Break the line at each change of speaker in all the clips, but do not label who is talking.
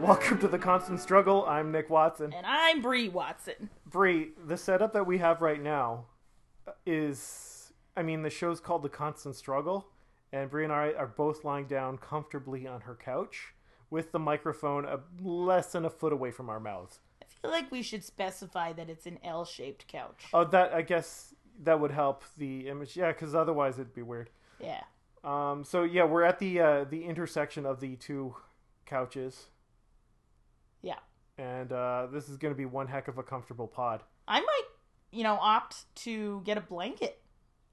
Welcome to the Constant Struggle. I'm Nick Watson.
And I'm Bree Watson.
Bree, the setup that we have right now is, I mean, the show's called The Constant Struggle, and Bree and I are both lying down comfortably on her couch with the microphone a, less than a foot away from our mouths.
I feel like we should specify that it's an L shaped couch.
Oh, that I guess that would help the image, yeah, because otherwise it'd be weird.
Yeah.
Um, so yeah, we're at the uh, the intersection of the two couches,
Yeah.
and uh, this is going to be one heck of a comfortable pod.
I might, you know, opt to get a blanket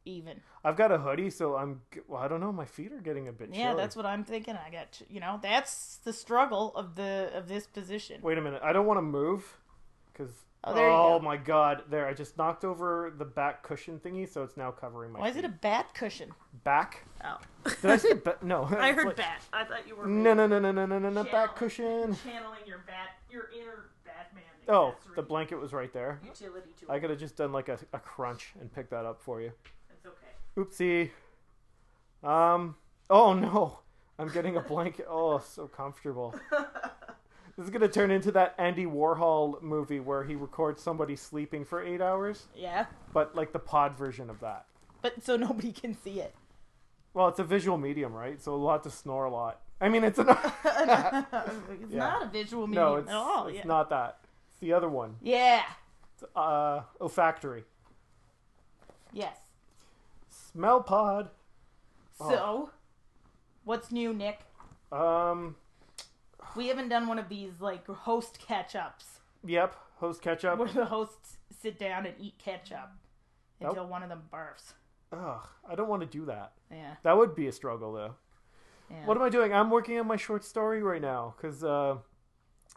even.
I've got a hoodie, so I'm. g- Well, I don't know. My feet are getting a bit.
Yeah,
chilly.
that's what I'm thinking. I got, to- you know, that's the struggle of the of this position.
Wait a minute. I don't want to move because.
Oh, there you go.
my god! There, I just knocked over the back cushion thingy, so it's now covering my.
Why is it a bat cushion?
back?
Oh.
Did I say ba- no?
I
It's
heard
like-
bat. I thought you were
No, no, no, no, no, no, no, no!
Yeah.
Back cushion.
channeling your bat, your inner Batman.
Oh, the blanket was right there.
utility tool.
I could have just done like a, a crunch and picked that up for you.
It's
Oopsie.
okay.
Um. Oh no! I'm getting a blanket. Oh, so comfortable. This is gonna turn into that Andy Warhol movie where he records somebody sleeping for eight hours,
yeah,
but like the pod version of that.
but so nobody can see it.
Well, it's a visual medium, right? So we'll have to snore a lot. I mean, it's an
it's not a visual medium
no, it's,
at all.
it's
yeah.
not that. It's the other one.
yeah.
It's, uh, olfactory
Yes.
smell pod. Oh.
So, what's new, Nick?
Um.
We haven't done one of these like host catch ups
Yep. Host catch up.
where the hosts sit down and eat catch up
Nope.
until one of them barfs.
Ugh. I don't want to do that.
Yeah.
That would be a struggle, though.
yeah.
What am I doing? I'm working on my short story right now because uh,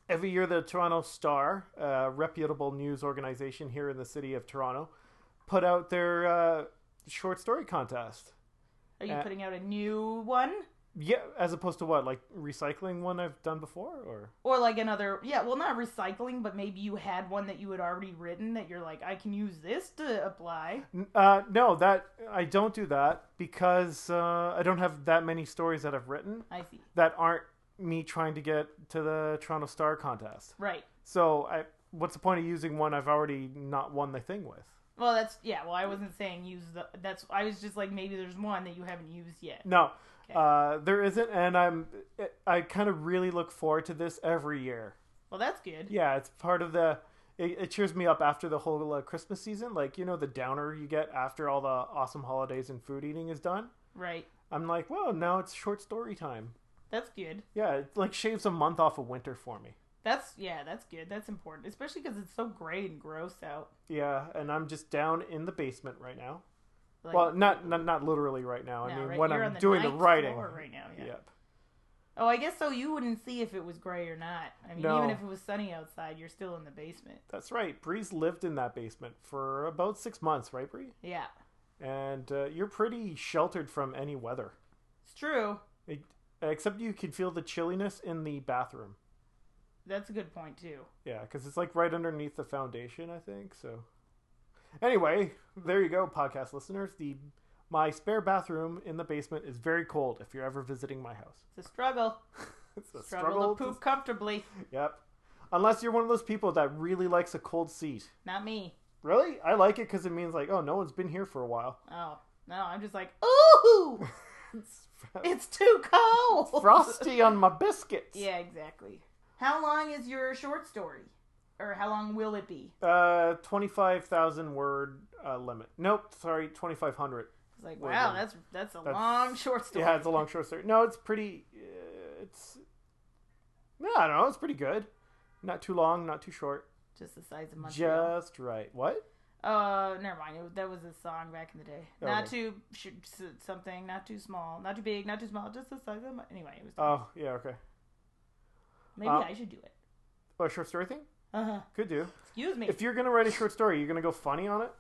every year the Toronto Star, a reputable news organization here in the city of Toronto, put out their uh, short story contest.
Are you
uh,
putting out a new one
Yeah, as opposed to what, like recycling one I've done before, or
or like another? Yeah. Well, not recycling, but maybe you had one that you had already written that you're like, I can use this to apply.
N- uh, no, that I don't do that because uh, I don't have that many stories that I've written
I see.
that aren't me trying to get to the Toronto Star contest.
Right.
So, I, what's the point of using one I've already not won the thing with?
Well, that's yeah. Well, I wasn't saying use the. That's I was just like maybe there's one that you haven't used yet.
No,
Okay.
uh, there isn't, and I'm I kind of really look forward to this every year.
Well, that's good.
Yeah, it's part of the. It, it cheers me up after the whole uh, Christmas season, like you know the downer you get after all the awesome holidays and food eating is done.
Right.
I'm like, well, now it's short story time.
That's good.
Yeah, it like shaves a month off of winter for me.
That's yeah. That's good. That's important, especially because it's so gray and gross out.
Yeah, and I'm just down in the basement right now.
Like,
well, not, not not literally right now. I
now,
mean,
right?
when
You're
I'm
on the
doing the
ninth
writing.
floor right now. Yeah.
Yep.
Oh, I guess so. You wouldn't see if it was gray or not. I mean,
No.
even if it was sunny outside, you're still in the basement.
That's right. Bree's lived in that basement for about six months, right, Bree?
Yeah,
and uh, you're pretty sheltered from any weather,
it's true.
It- except you can feel the chilliness in the bathroom.
That's a good point too.
Yeah, because it's like right underneath the foundation, I think. So, anyway, there you go, podcast listeners. The my spare bathroom in the basement is very cold. If you're ever visiting my house,
It's a struggle.
it's a
Struggle,
struggle.
to poop comfortably.
Yep. Unless you're one of those people that really likes a cold seat.
Not me.
Really, I like it because it means like, oh, no one's been here for a while.
Oh no, I'm just like, ooh,
it's
it's too cold.
frosty on my biscuits.
Yeah, exactly. How long is your short story? Or how long will it be?
Uh, 25,000 word uh, limit. Nope, sorry, 2,500.
It's like,
Well,
wow,
then-
that's that's a
that's-
long short story.
Yeah, it's a long short story. No, it's pretty. Uh, it's. No, I don't know. It's pretty good. Not too long, not too short.
Just the size of Montreal.
Just right. What?
Uh, never mind. It, that was a song back in the day.
Oh,
Not
okay.
too sh- s- something. Not too small. Not too big. Not too small. Just the size of. My, anyway, it was.
Oh, yeah, okay.
maybe
uh,
I should do it.
Oh, a short story thing?
Uh huh.
Could do.
Excuse me.
If you're going to write a short story, you're going to go funny on it?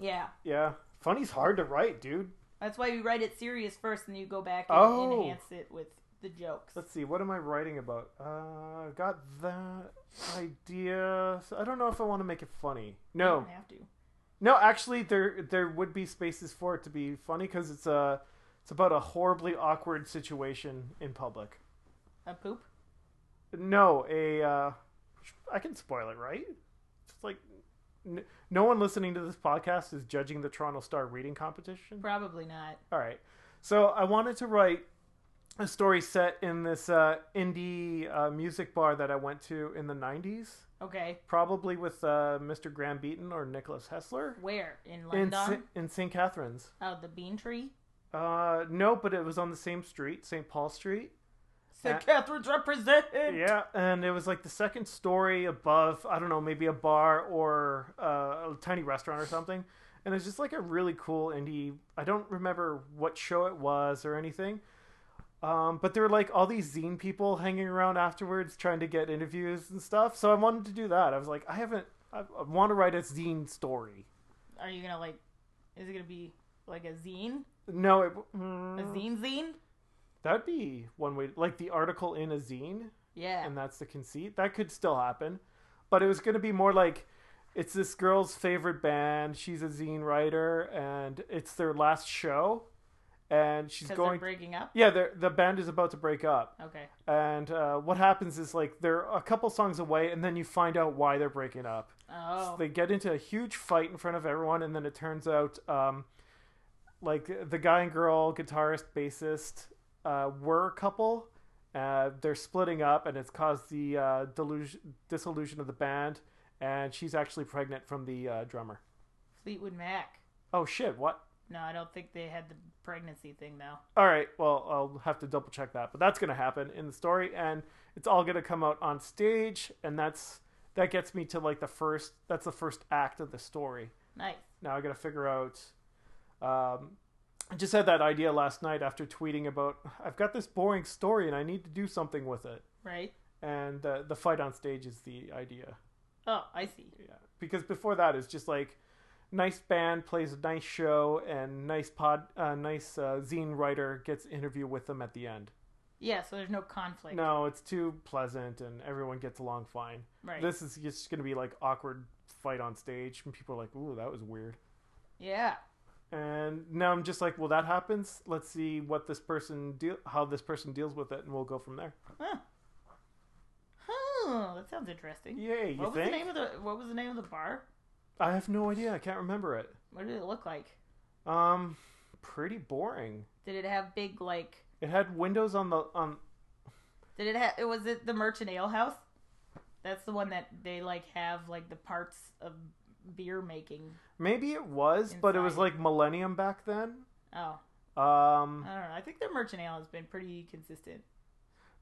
yeah,
Yeah. Funny's hard to write, dude.
that's why you write it serious first, and you go back and
Oh.
enhance it with the jokes.
Let's see. What am I writing about? Uh, I've got that idea. So I don't know if I want to make it funny.
You
No.
don't have to.
No, actually, there there would be spaces for it to be funny because it's a it's about a horribly awkward situation in public.
A poop.
No, a. Uh, I can spoil it, right? It's like n- no one listening to this podcast is judging the Toronto Star reading competition.
Probably not.
All right. So I wanted to write a story set in this uh, indie uh, music bar that I went to in the 90s,
Okay.
probably with uh, Mr. Graham Beaton or Nicholas Hessler
Where? In
in,
London?
Sa- in St. Catharines.
oh, the bean tree?
Uh, no, but it was on the same street, St. Paul Street.
St.
Uh,
Catherine's represent!
Yeah, and it was like the second story above, I don't know, maybe a bar or uh, a tiny restaurant or something. And it's just like a really cool indie. I don't remember what show it was or anything. Um, but there were like all these zine people hanging around afterwards trying to get interviews and stuff. So I wanted to do that. I was like, I haven't, I, I want to write a zine story.
Are you gonna, like, is it gonna be like a zine?
No, it,
A
mm,
zine zine?
that'd be one way, like the article in a zine.
Yeah.
and that's the conceit. That could still happen, but it was going to be more like it's this girl's favorite band. She's a zine writer, and it's their last show, and she's
Because
going.
they're breaking up?
yeah, they're- the band is about to break up,
Okay.
and uh, what happens is like they're a couple songs away, and then you find out why they're breaking up. So
Oh.
they get into a huge fight in front of everyone, and then it turns out, um, like the guy and girl guitarist bassist uh, were a couple. Uh, they're splitting up, and it's caused the uh, delusion, dissolution of the band. And she's actually pregnant from the uh, drummer.
Fleetwood Mac.
Oh shit! What?
No, I don't think they had the pregnancy thing, though.
All right. Well, I'll have to double check that, but that's going to happen in the story, and it's all going to come out on stage, and that's that gets me to like the first. That's the first act of the story.
Nice.
now I got to figure out. Um, I just had that idea last night after tweeting about I've got this boring story and I need to do something with it.
Right?
And uh, the fight on stage is the idea.
Oh, I see.
Yeah, because before that it's just like nice band plays a nice show and nice pod, uh, nice uh, zine writer gets interview with them at the end.
Yeah, so there's no conflict.
No, it's too pleasant and everyone gets along fine.
Right.
This is just going to be like awkward fight on stage and people are like, "Ooh, that was weird."
Yeah.
and now I'm just like, well, that happens. Let's see what this person deal, how this person deals with it, and we'll go from there.
Huh. Huh. That sounds interesting.
Yay, you
what was
think?
the name of the What was the name of the bar?
I have no idea. I can't remember it.
What did it look like?
Um, pretty boring.
Did it have big like?
It had windows on the on.
Did it have? It was it the Merchant Ale House? That's the one that they like have like the parts of beer making.
Maybe it was, but it was
Inside.
like Millennium back then.
Oh, I
Um,
don't know. I think the Merchant Ale has been pretty consistent.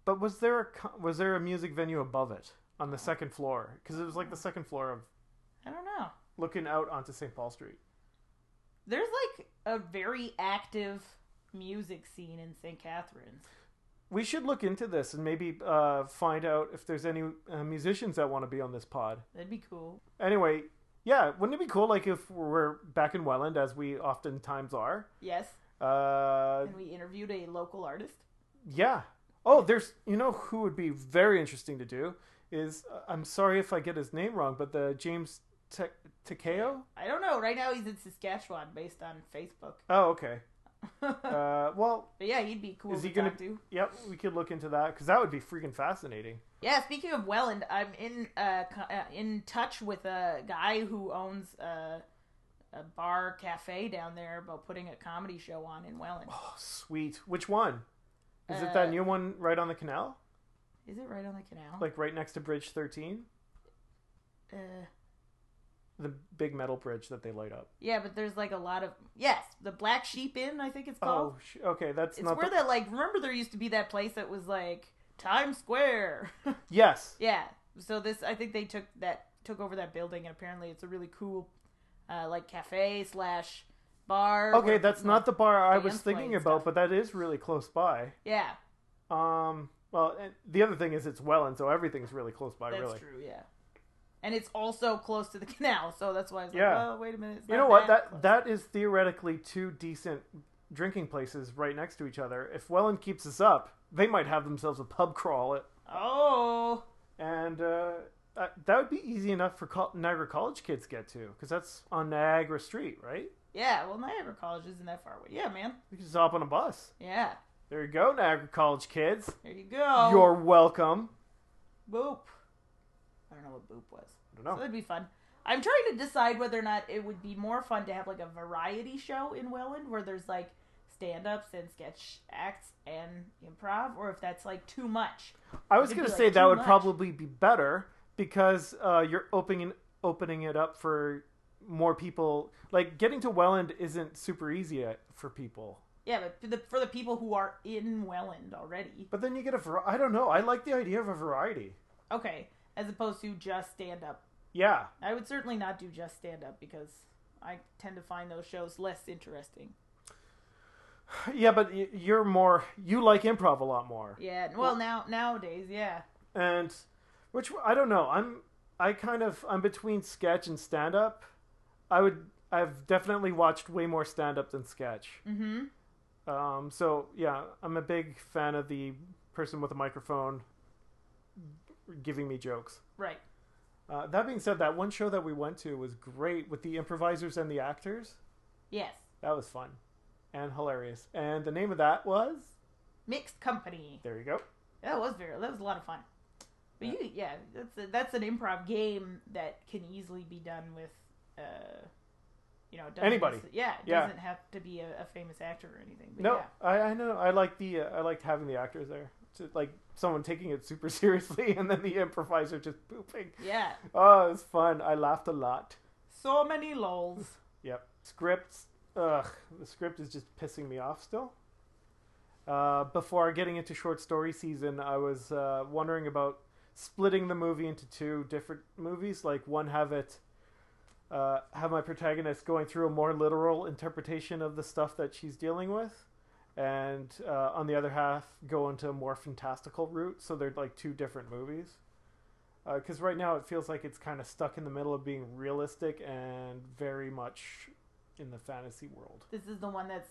but was there a co- was there a music venue above it on the second floor? Because it was like the
Uh.
second floor of
I don't know.
looking out onto St. Paul Street.
There's like a very active music scene in St. Catharines.
We should look into this and maybe uh, find out if there's any uh, musicians that want to be on this pod.
That'd be cool.
Anyway, yeah, wouldn't it be cool like if we're back in Welland as we oftentimes are?
Yes,
Uh,
and we interviewed a local artist.
yeah. Oh, there's you know who would be very interesting to do is uh, I'm sorry if I get his name wrong, but the James Te- Takeo.
I don't know. Right now he's in Saskatchewan based on Facebook.
Oh, okay.
but
Uh, well,
yeah, he'd be cool
Is
to
he gonna-
talk to.
yep, we could look into that because that would be freaking fascinating.
Yeah, speaking of Welland, I'm in uh, co- uh, in touch with a guy who owns a, a bar cafe down there about putting a comedy show on in Welland.
Oh, sweet. Which one? Is it
Uh,
that new one right on the canal,
Is it right on the canal?
like right next to Bridge 13,
uh,
the big metal bridge that they light up?
yeah, but there's like a lot of yes, the Black Sheep Inn, I think it's called.
Oh, sh- okay, that's
it's
not.
where
the-
that like remember there used to be that place that was like Times Square.
Yes.
Yeah. So this, I think they took that took over that building, and apparently it's a really cool, uh, like cafe slash bar.
Okay,
where-
that's not the bar I was
bands play
thinking
and
about, but
stuff.
that is really close by.
Yeah,
Um, well, and the other thing is it's Welland, so everything's really close by,
that's
really.
true. Yeah, and it's also close to the canal, so that's why I was like,
Yeah.
oh, wait a minute. it's
You
not
know what? That
close.
that is theoretically two decent drinking places right next to each other. If Welland keeps this up, they might have themselves a pub crawl, at,
oh,
and uh, that, that would be easy enough for col- Niagara College kids to get to, because that's on Niagara Street, right?
yeah. Well, Niagara College isn't that far away. Yeah, man.
You can just hop on a bus.
Yeah,
There you go, Niagara College kids.
there you go.
You're welcome.
Boop. I don't know what boop was.
I don't
So
know.
that'd be fun. I'm trying to decide whether or not it would be more fun to have like a variety show in Welland where there's like stand ups and sketch acts and improv, or if that's like too much.
I was
it'd
going
be,
to
like,
say that
too
would
much.
probably be better because uh, you're opening opening it up for more people. Like getting to Welland isn't super easy at- for people.
Yeah, but for the, for the people who are in Welland already.
But then you get a var- I don't know. I like the idea of a variety.
Okay, as opposed to just stand up.
Yeah.
I would certainly not do just stand up because I tend to find those shows less interesting.
Yeah, but y- you're more you like improv a lot more.
Yeah, well, now nowadays, yeah.
and which I don't know. I'm I kind of I'm between sketch and stand up. I would I've definitely watched way more stand up than sketch.
Mm-hmm.
Um, so yeah, I'm a big fan of the person with a microphone giving me jokes.
Right.
Uh, that being said, that one show that we went to was great with the improvisers and the actors.
Yes.
That was fun and hilarious. And the name of that was
Mixed company.
there you go.
That was very. That was a lot of fun. But you, yeah, that's a, that's an improv game that can easily be done with, uh, you know, it doesn't
Anybody.
necess- Yeah, it
Yeah.
doesn't have to be a, a famous actor or anything. But
No,
yeah.
I, I know. I like the uh, I liked having the actors there. To, like someone taking it super seriously, and then the improviser just pooping.
yeah,
Oh, it was fun. I laughed a lot.
so many lols.
Yep. Scripts. Ugh, the script is just pissing me off still. Uh, before getting into short story season, I was uh, wondering about splitting the movie into two different movies. Like one have it. Uh, have my protagonist going through a more literal interpretation of the stuff that she's dealing with, and uh, on the other half go into a more fantastical route. So they're like two different movies. Because right now it feels like it's kind of stuck in the middle of being realistic and very much in the fantasy world.
This is the one that's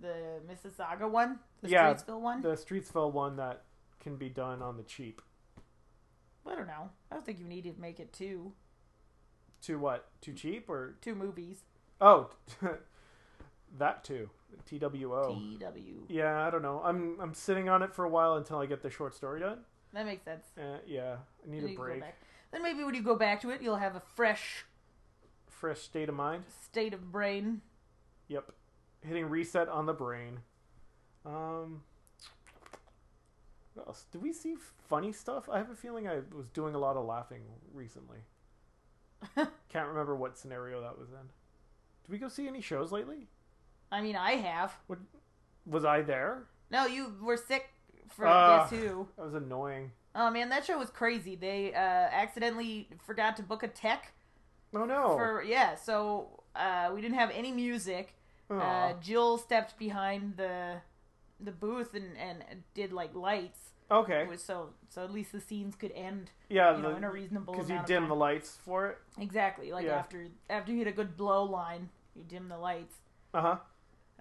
the Mississauga one, the
Yeah,
Streetsville one.
The Streetsville one that can be done on the cheap.
I don't know. I don't think you need to make it two
To what? Too cheap or
two movies.
oh, that too. T W O.
T E W.
Yeah, I don't know. I'm I'm sitting on it for a while until I get the short story done.
That makes sense.
Uh, yeah, I need
Then
a
you can go
break.
back. Then maybe when you go back to it, you'll have a fresh
Fresh state of mind.
state of brain.
Yep. Hitting reset on the brain. Um. What else? Did we see funny stuff? I have a feeling I was doing a lot of laughing recently. Can't remember what scenario that was in. Did we go see any shows lately?
I mean, I have.
Was I there?
No, you were sick for
Ah.
Guess Who.
That was annoying.
Oh man, that show was crazy. They uh, accidentally forgot to book a tech
Oh no.
for yeah, so uh, we didn't have any music. Uh,
Aw.
Jill stepped behind the the booth and, and did like lights.
okay.
It was so so at least the scenes could end
yeah,
you know, in a
because
reasonable
you
amount of
dimmed
time.
the lights for it.
Exactly. Like
Yeah.
after after you hit a good blow line, you dim the lights.
Uh huh.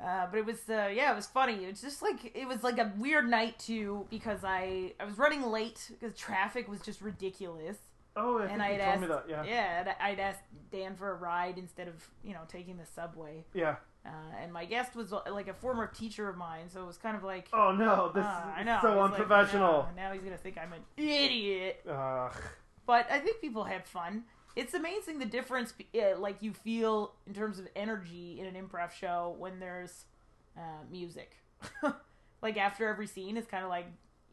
Uh, but it was uh, yeah, it was funny. It was just like it was like a weird night too because I I was running late because traffic was just ridiculous.
Oh, I
And
think
I
you
had
told
asked,
me that. Yeah.
yeah, I'd, I'd asked Dan for a ride instead of you know taking the subway.
Yeah.
Uh, and my guest was uh, like a former teacher of mine, so it was kind of like,
Oh no, this
ah, I
is
know,
so
It's like,
unprofessional.
no, now he's gonna think I'm an idiot.
Ugh.
But I think people had fun. It's amazing the difference, uh, like you feel in terms of energy in an improv show when there's uh, music. like after every scene, it's kind of like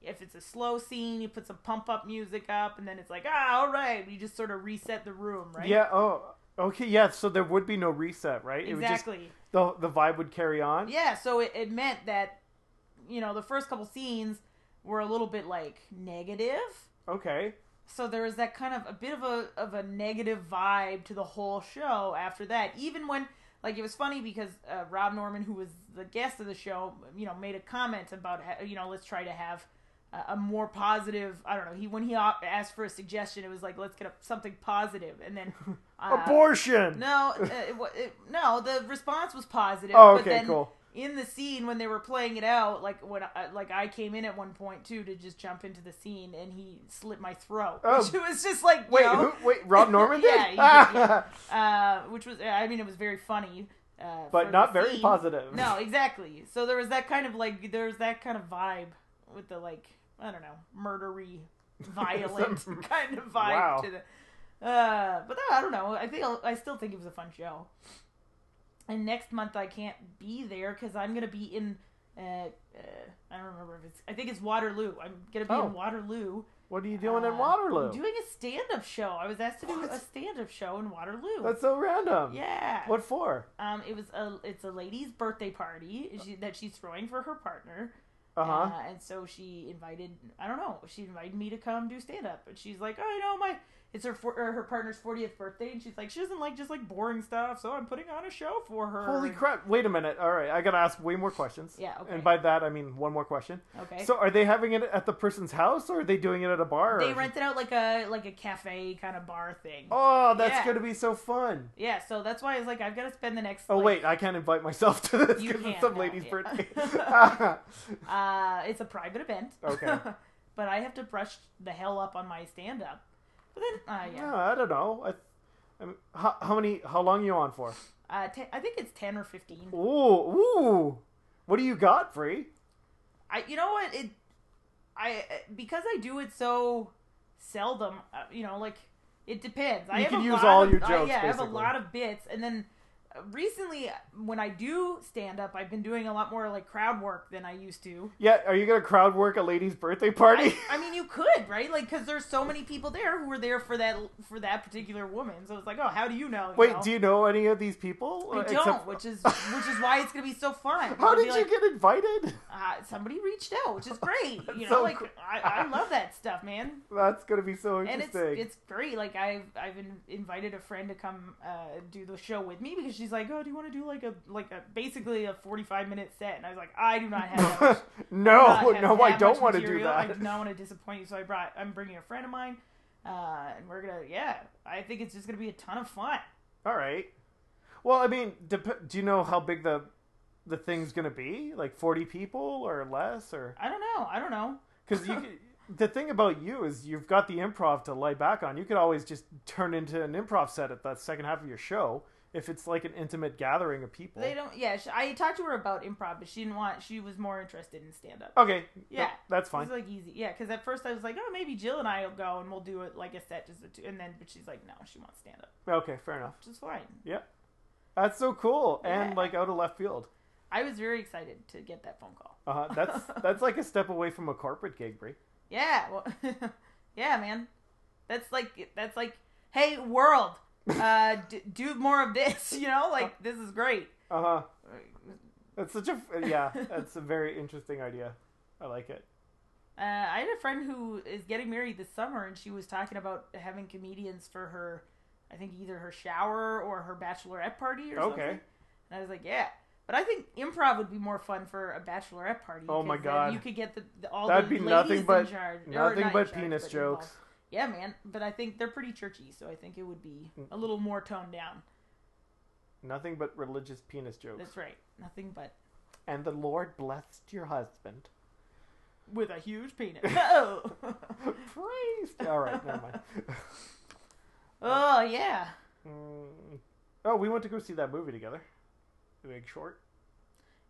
if it's a slow scene, you put some pump up music up, and then it's like, ah, all right, you just sort of reset the room, right?
Yeah. Oh. Okay. Yeah. So there would be no reset, right? It would just
exactly.
the the vibe would carry on.
Yeah, so it, it meant that you know the first couple scenes were a little bit like negative.
Okay.
So there was that kind of a bit of a of a negative vibe to the whole show after that. Even when like it was funny because uh, Rob Norman, who was the guest of the show, you know, made a comment about ha- you know let's try to have a- a more positive. I don't know. He when he op- asked for a suggestion, it was like let's get a, something positive, and then uh,
Abortion.
No, uh, it, wa- it, no. The response was positive.
oh.
but
Okay.
then
cool.
in the scene when they were playing it out, like when I, like I came in at one point too to just jump into the scene, and he slit my throat,
Oh.
which was just like
Wait.
you know,
Who, wait. Rob Norman did.
Yeah, he did, yeah. uh, which was I mean it was very funny, uh, for
but
the
not very
scene.
positive.
No, exactly. So there was that kind of like there was that kind of vibe with the like I don't know murdery violent
Some-
kind of vibe
Wow.
to the. Uh, but I don't know. I think I'll, I still think it was a fun show. And next month I can't be there because I'm gonna be in. Uh, uh, I don't remember if it's. I think it's Waterloo. I'm gonna be
Oh.
in Waterloo.
What are you doing
Uh,
in Waterloo?
I'm doing a stand-up show. I was asked to do
What?
a stand-up show in Waterloo.
That's so random.
yeah.
What for?
Um, it was a it's a lady's birthday party she, that she's throwing for her partner.
Uh-huh.
Uh, and so she invited I don't know she invited me to come do stand up and she's like oh you know my it's her for, or her partner's 40th birthday and she's like she doesn't like just like boring stuff so I'm putting on a show Uh, for her.
Holy crap. Wait a minute. All right. I got to ask way more questions.
Yeah, okay.
And by that, I mean one more question.
Okay.
So are they having it at the person's house or are they doing it at a bar?
they rented out like a like a cafe kind of bar thing.
Oh, that's
Yeah.
going to be so fun.
Yeah, so that's why I was like I've got to spend the next
Oh,
like,
wait. I can't invite myself to this
You
because
can't,
it's some
no,
lady's
yeah.
birthday.
Uh, it's a private event.
Okay.
but I have to brush the hell up on my stand up. But then, uh, yeah.
No, I don't know. I, I mean, how, how many? How long you on for?
Uh, te- I think it's 10 or 15.
Ooh, ooh. What do you got, Free?
I, you know what? It, I, because I do it so seldom, uh, you know, like, it depends. I
You
have
can
a
use
lot
all
of-
your
I-
jokes,
yeah, I have a
basically.
lot of bits. And then uh, recently, when I do stand up, I've been doing a lot more, like, crowd work than I used to.
Yeah, are you gonna crowd work a lady's birthday party?
I mean, you could, right? Like, because there's so many people there who were there for that for that particular woman. So it's like, oh, how do you know? you
Wait,
know?
do you know any of these people?
I
Uh,
don't,
except-
which is which is why it's gonna be so fun.
How
It'll be
did
like,
you get invited?
Uh, somebody reached out, which is great. you know,
so
like
cool.
I, I love that stuff, man.
That's gonna be so
And it's
interesting.
it's great. Like I've I've in, invited a friend to come uh, do the show with me because she's like, oh, do you want to do like a like a basically a forty five minute set? And I was like, I do not have. That much not
Oh, no,
have
no,
that
I don't
much
want to do
material. I
that.
do not want to disappoint you, so I brought. I'm bringing a friend of mine, uh, and we're gonna. Yeah, I think it's just gonna be a ton of fun.
All right. Well, I mean, dep- do you know how big the the thing's gonna be? Like forty people or less, or
I don't know. I don't know.
Because you, could- the thing about you is you've got the improv to lay back on. You could always just turn into an improv set at that second half of your show if it's like an intimate gathering of people.
They don't. Yeah, she, I talked to her about improv, but she didn't want. She was more interested in stand up.
Okay,
Yeah.
th- that's fine.
It's like easy. Yeah, because at first I was like, oh, maybe Jill and I will go and we'll do it like a set just the two. And then, but she's like, no, she wants stand up,
Okay, fair enough.
which is fine.
That's so cool and
Yeah.
like out of left field.
I was very excited to get that phone call.
Uh, that's that's like a step away from a corporate gig, Brie.
Yeah. Well, yeah, man. That's like that's like, hey world, uh, d- do more of this. You know, like this is great.
Uh huh. That's such a yeah. That's a very interesting idea. I like it.
Uh, I had a friend who is getting married this summer, and she was talking about having comedians for her, I think either her shower or her bachelorette party or something.
Okay.
And I was like, yeah. But I think improv would be more fun for a bachelorette party.
Oh my
because then
God.
You could get the, the all
That'd be
the ladies
nothing but-
in charge, or
Nothing
not in
but
charge,
penis
but
jokes.
involved. Yeah, man. But I think they're pretty churchy, so I think it would be
Mm.
a little more toned down.
Nothing but religious penis jokes.
That's right. Nothing but
And the Lord blessed your husband.
with a huge penis. oh,
Praise. All right, never mind.
oh yeah.
Mm. Oh, we went to go see that movie together. The Big Short.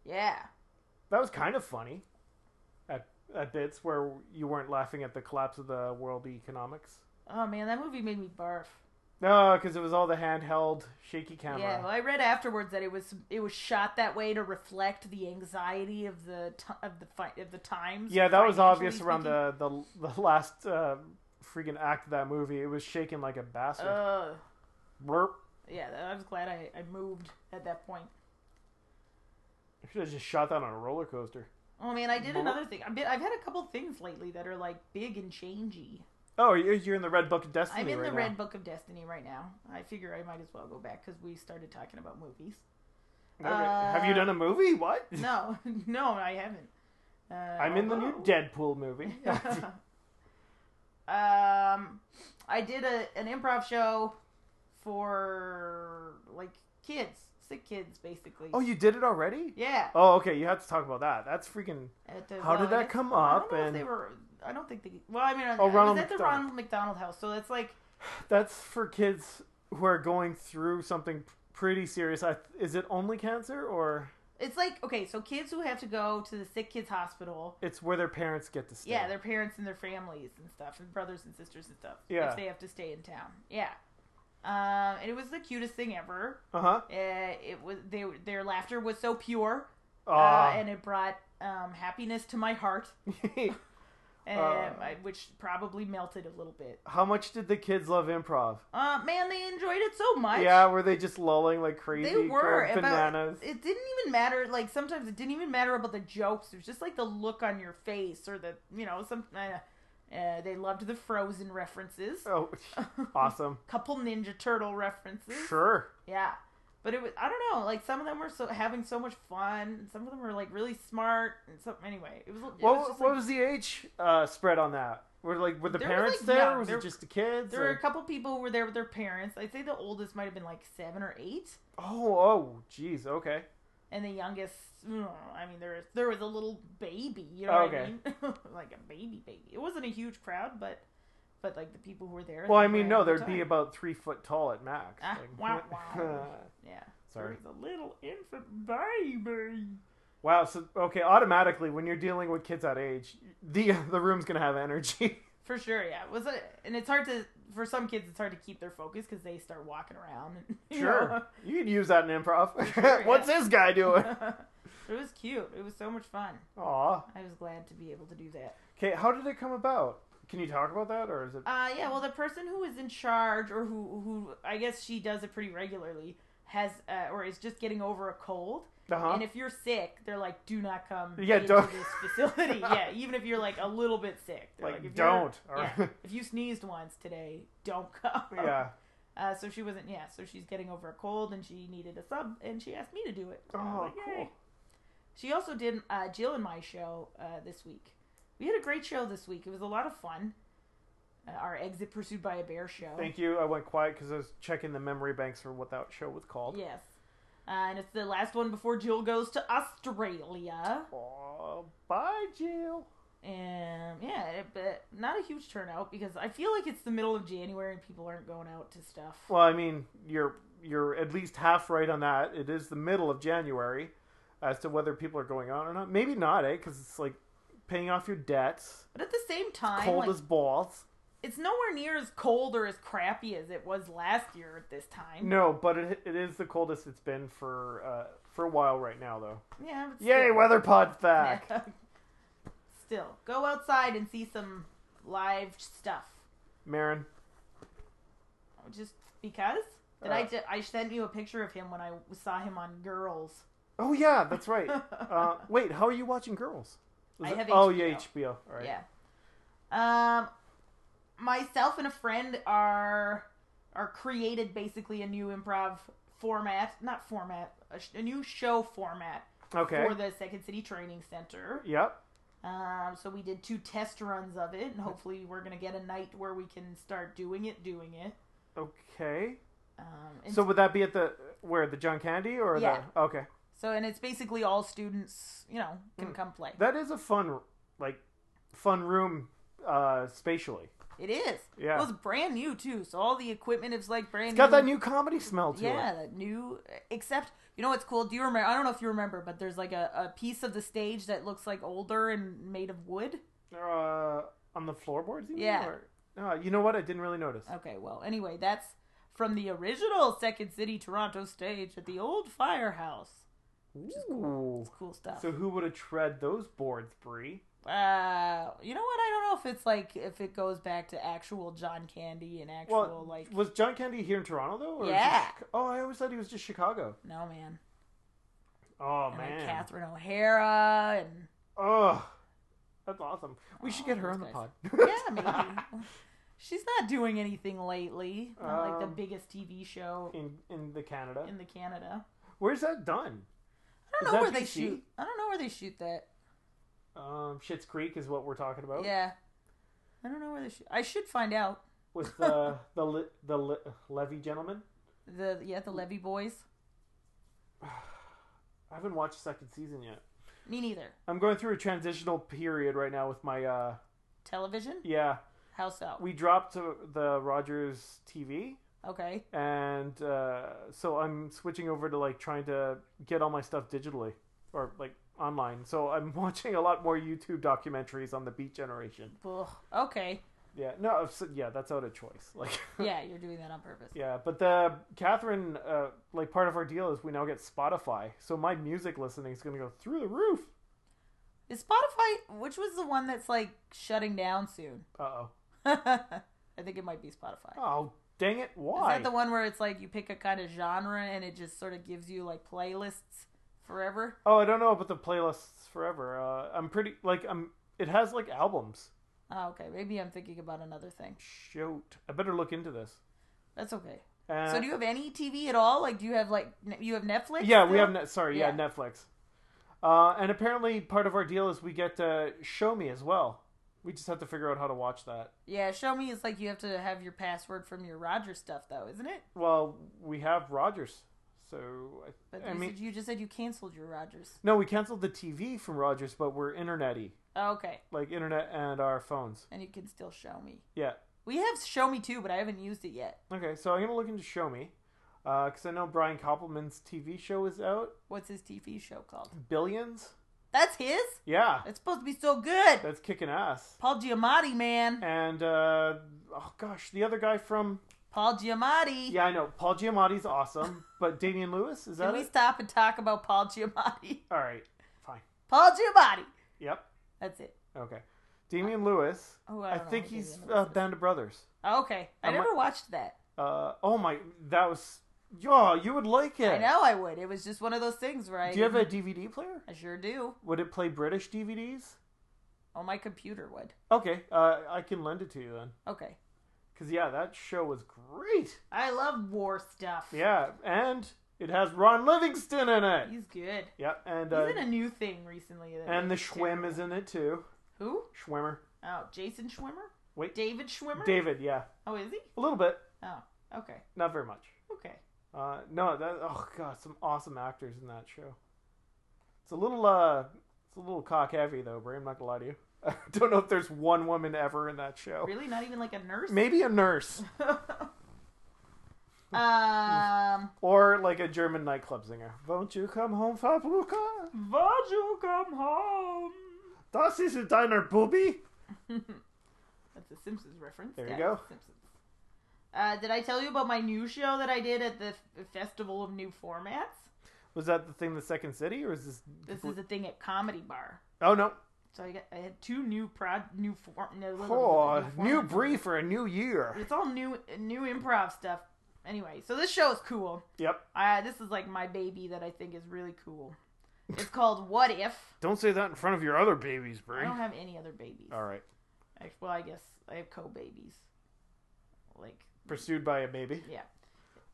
Yeah.
That was kind of funny. At at bits where you weren't laughing at the collapse of the world economics.
Oh, man. That movie made me barf.
No, because it was all the handheld shaky camera.
Yeah, well, I read afterwards that it was it was shot that way to reflect the anxiety of the t- of the fi- of the times.
Yeah, that was obvious
financially
around the, the the last uh, freaking act of that movie. It was shaking like a
speaking.
bastard.
Uh,
Burp.
yeah, I was glad I, I moved at that point.
I should have just shot that on a roller coaster.
Oh man, I did
Well-
another thing. I've been, I've had a couple things lately that are like big and changey.
Oh, you're, you're in the Red Book of Destiny
I'm in
right
the
now.
Red Book of Destiny right now. I figure I might as well go back because we started talking about movies.
Okay. Have you
uh,
done a movie? What?
No, no, I haven't. Uh,
I'm in the new
although-
Deadpool movie.
um, I did a an improv show for like kids, sick kids, basically.
oh, you did it already?
yeah.
Oh, okay. You have to talk about that. That's freaking.
At the-
How did
I
that
guess-
come
I
up
don't know if
and-
they were. I don't think they. Well, I mean, I-
Oh,
I
Ronald
was at the
McDonald.
Ronald McDonald House, so it's like
That's for kids who are going through something pretty serious. I, is it only cancer or
It's like okay, so kids who have to go to the sick kids hospital.
It's where their parents get to stay.
Yeah, their parents and their families and stuff, and brothers and sisters and stuff.
Yeah.
if they have to stay in town. Yeah. Um, and it was the cutest thing ever.
Uh huh.
Uh, it was they were- their laughter was so pure, uh,
Ah.
and it brought um, happiness to my heart, um,
Uh.
I, which probably melted a little bit.
How much did the kids love improv?
Uh, man, they enjoyed it so much.
Yeah, were they just lulling like crazy?
they were
going
about
bananas.
it didn't even matter like sometimes it didn't even matter about the jokes it was just like the look on your face or the you know some uh, uh, they loved the frozen references
Oh, awesome.
couple ninja turtle references
Sure.
yeah but it was i don't know like some of them were so having so much fun and some of them were like really smart and so anyway it was, it
What
was
was,
just,
what
like,
was the age uh, spread on that? Were like were the
There was,
parents
like,
there?
young-
or was
there-
it just the kids?
there were a
or-
couple people who were there with their parents i'd say the oldest might have been like seven or eight
Oh, oh, jeez. Okay.
and the youngest mm, i mean there was there was a little baby you know
Oh, Okay.
what i mean like a baby baby it wasn't a huge crowd but but like the people who were there
Well, I
they
mean,
were
no,
having a
there'd be
good
about three foot tall at max.
Ah,
Like,
wow, wow. time. yeah
Sorry.
there was a little infant baby
Wow. So okay, automatically when you're dealing with kids that age, the the room's gonna have energy.
for sure yeah it was a, and it's hard to for some kids it's hard to keep their focus because they start walking around and, you know.
Sure. you could use that in improv.
Sure,
What's
yeah.
this guy doing?
it was cute it was so much fun
Aw.
i was glad to be able to do that
Okay. How did it come about? Can you talk about that, or is it?
Uh, yeah. Well, the person who is in charge, or who who I guess she does it pretty regularly, has uh, or is just getting over a cold.
Uh-huh.
And if you're sick, they're like, "Do not come
Yeah,
into
don't-
this facility." yeah, even if you're like a little bit sick, they're
Like,
if you're-
don't. Or,
yeah, if you sneezed once today, don't come.
yeah.
Uh, so she wasn't. Yeah. So she's getting over a cold, and she needed a sub, and she asked me to do it. And I
Oh,
was like,
cool.
"Yay." She also did uh, Jill and my show uh, this week. We had a great show this week. It was a lot of fun. Uh, our exit pursued by a bear show.
Thank you. I went quiet because I was checking the memory banks for what that show was called.
Yes. Uh, and it's the last one before Jill goes to Australia.
Aw, bye, Jill.
And yeah, it, but not a huge turnout because I feel like it's the middle of January and people aren't going out to stuff.
Well, I mean, you're you're at least half right on that. It is the middle of January, as to whether people are going out or not. Maybe not, eh? Because it's like paying off your debts.
But at the same time,
cold
like,
as balls.
it's nowhere near as cold or as crappy as it was last year at this time.
No, but it, it is the coldest it's been for uh, for a while right now, though.
Yeah, but
Yay,
still.
weather pod's back.
still, go outside and see some live stuff.
Marin,
Just because? Did I
Uh.
ju- I sent you a picture of him when I saw him on Girls.
Oh yeah, that's right. uh, wait, how are you watching Girls? Is
I have
oh yeah,
HBO.
HBO. All right.
Yeah. Um, myself and a friend are are created basically a new improv format, not format, a, sh- a new show format
Okay.
for the Second City Training Center.
Yep.
Um, so we did two test runs of it, and hopefully we're gonna get a night where we can start doing it, doing it.
Okay.
Um, and
So would that be at the where the John Candy or
Yeah.
the okay?
so and it's basically all students, you know, can come play.
Mm. That is a fun like fun room uh spatially.
It is.
Yeah.
It was brand new too, so all the equipment is like brand
It's
new.
got that new comedy smell to
Yeah,
it.
that new. Except, you know what's cool? Do you remember? I don't know if you remember, but there's like a, a piece of the stage that looks like older and made of wood.
Uh, on the floorboards. You mean,
Yeah. Oh,
Or, uh, you know what? I didn't really notice.
Okay, well, anyway, that's from the original Second City Toronto stage at the old firehouse.
Ooh.
It's cool stuff.
So who would have tread those boards, Bree?
uh, you know what? I don't know if it's like if it goes back to actual John Candy and actual
Well,
like.
was John Candy here in Toronto though? Or is he
Yeah.
Chica- oh, I always thought he was just Chicago.
No man,
Oh
and like
man.
Catherine O'Hara and
Oh, that's awesome. We should
Oh,
get her
those
on the
guys.
pod.
yeah, maybe. She's not doing anything lately. Not like the
Um,
biggest TV show
in in the Canada.
in the Canada.
Where's that done? Is
I don't know
that
where they
PC?
shoot. I don't know where they shoot that.
Um, Shit's Creek is what we're talking about.
Yeah, I don't know where they shoot. I should find out.
With the the li- the li- Levy gentleman.
The yeah, the Levy Boys.
I haven't watched the second season yet.
Me neither.
I'm going through a transitional period right now with my uh
Television.
yeah.
How so?
We dropped uh, the Rogers TV
Okay.
and uh so I'm switching over to like trying to get all my stuff digitally. or like online. So I'm watching a lot more YouTube documentaries on the Beat Generation.
Ugh, okay.
Yeah, no, so, yeah, that's out of choice. Like,
Yeah, you're doing that on purpose.
yeah, but the Catherine, uh, like part of our deal is we now get Spotify, so my music listening is going to go through the roof.
Is Spotify, which was the one that's like shutting down soon?
Uh oh.
I think it might be Spotify.
Oh dang it!
Is
Why?
that the one where it's like you pick a kind of genre and it just sort of gives you like playlists forever?
Oh, I don't know about the playlists forever. Uh, I'm pretty like I'm. It has like albums.
Oh, okay. Maybe I'm thinking about another thing.
Shoot, I better look into this.
That's okay.
Uh,
so do you have any TV at all? Like, do you have like ne- you have Netflix?
yeah, we
still?
have. Net, sorry, yeah,
Yeah.
Netflix. Uh, and apparently, part of our deal is we get to show me as well. We just have to figure out how to watch that.
Yeah, show me. It's like you have to have your password from your Roger stuff, though, isn't it?
Well, we have Rogers, so I,
But
I
you,
mean-
said, you just said you canceled your Rogers.
no, we canceled the TV from Rogers, but we're internety,
Oh, okay,
like internet and our phones.
and you can still show me.
Yeah.
We have Show Me too, but I haven't used it yet.
Okay, so I'm gonna look into Show Me, because I know Brian Koppelman's TV show is out,
What's his TV show called?
Billions.
That's his.
Yeah,
It's supposed to be so good.
that's kicking ass.
Paul Giamatti, man.
And uh, oh gosh, the other guy from
Paul Giamatti.
yeah, I know Paul Giamatti's awesome, but Damian Lewis is
Can
that
we
it?
stop and talk about Paul Giamatti?
All right, fine.
Paul Giamatti.
Yep.
That's it.
Okay. Damian Lewis.
Oh, I,
I,
don't know
think
who
he's
Damian
uh,
Lewis is.
Band of Brothers.
okay. I
I'm
never watched that.
Uh, oh my, that was yeah. You would like it.
I know I would. It was just one of those things where I.
Do you have a
didn't-
DVD player?
I sure do.
Would it play British DVDs?
Oh, my computer would.
Okay, uh, I can lend it to you then.
Okay.
Cause yeah, that show was great.
I love war stuff.
Yeah, and it has Ron Livingston in it.
He's good.
Yep, and
He's
uh,
in a new thing recently. That
and the
is
Schwim
terrible.
is in it too.
Who?
Schwimmer.
Oh, Jason Schwimmer?
Wait.
David Schwimmer?
David, yeah,
Oh, is he?
a little bit,
Oh, okay.
not very much.
Okay.
Uh, no, that oh god, some awesome actors in that show. It's a little uh, it's a little cock heavy though, Bray. I'm not gonna lie to you. I don't know if there's one woman ever in that show.
Really? Not even like a nurse?
Maybe a nurse
um.
or like a German nightclub singer. Won't you come home, Fabruka?
Would you come home?
Das ist deiner Booby.
That's a Simpsons reference.
There you
Yeah,
go.
Simpsons. Uh, did I tell you about my new show that I did at the F- Festival of New Formats?
Was that the thing, the Second City, or is this?
This is a thing at Comedy Bar.
Oh no!
So I, got, I had two new prod, new form, no, blah, blah, blah,
Oh,
blah,
new
formats.
brief for a new year.
It's all new, new improv stuff. Anyway, so this show is cool.
Yep.
Uh, this is like my baby that I think is really cool. It's called What If.
Don't say that in front of your other babies,
I
Bray.
don't have any other babies.
All right.
I- well, I guess I have co-babies. Like,
Pursued by a baby.
yeah.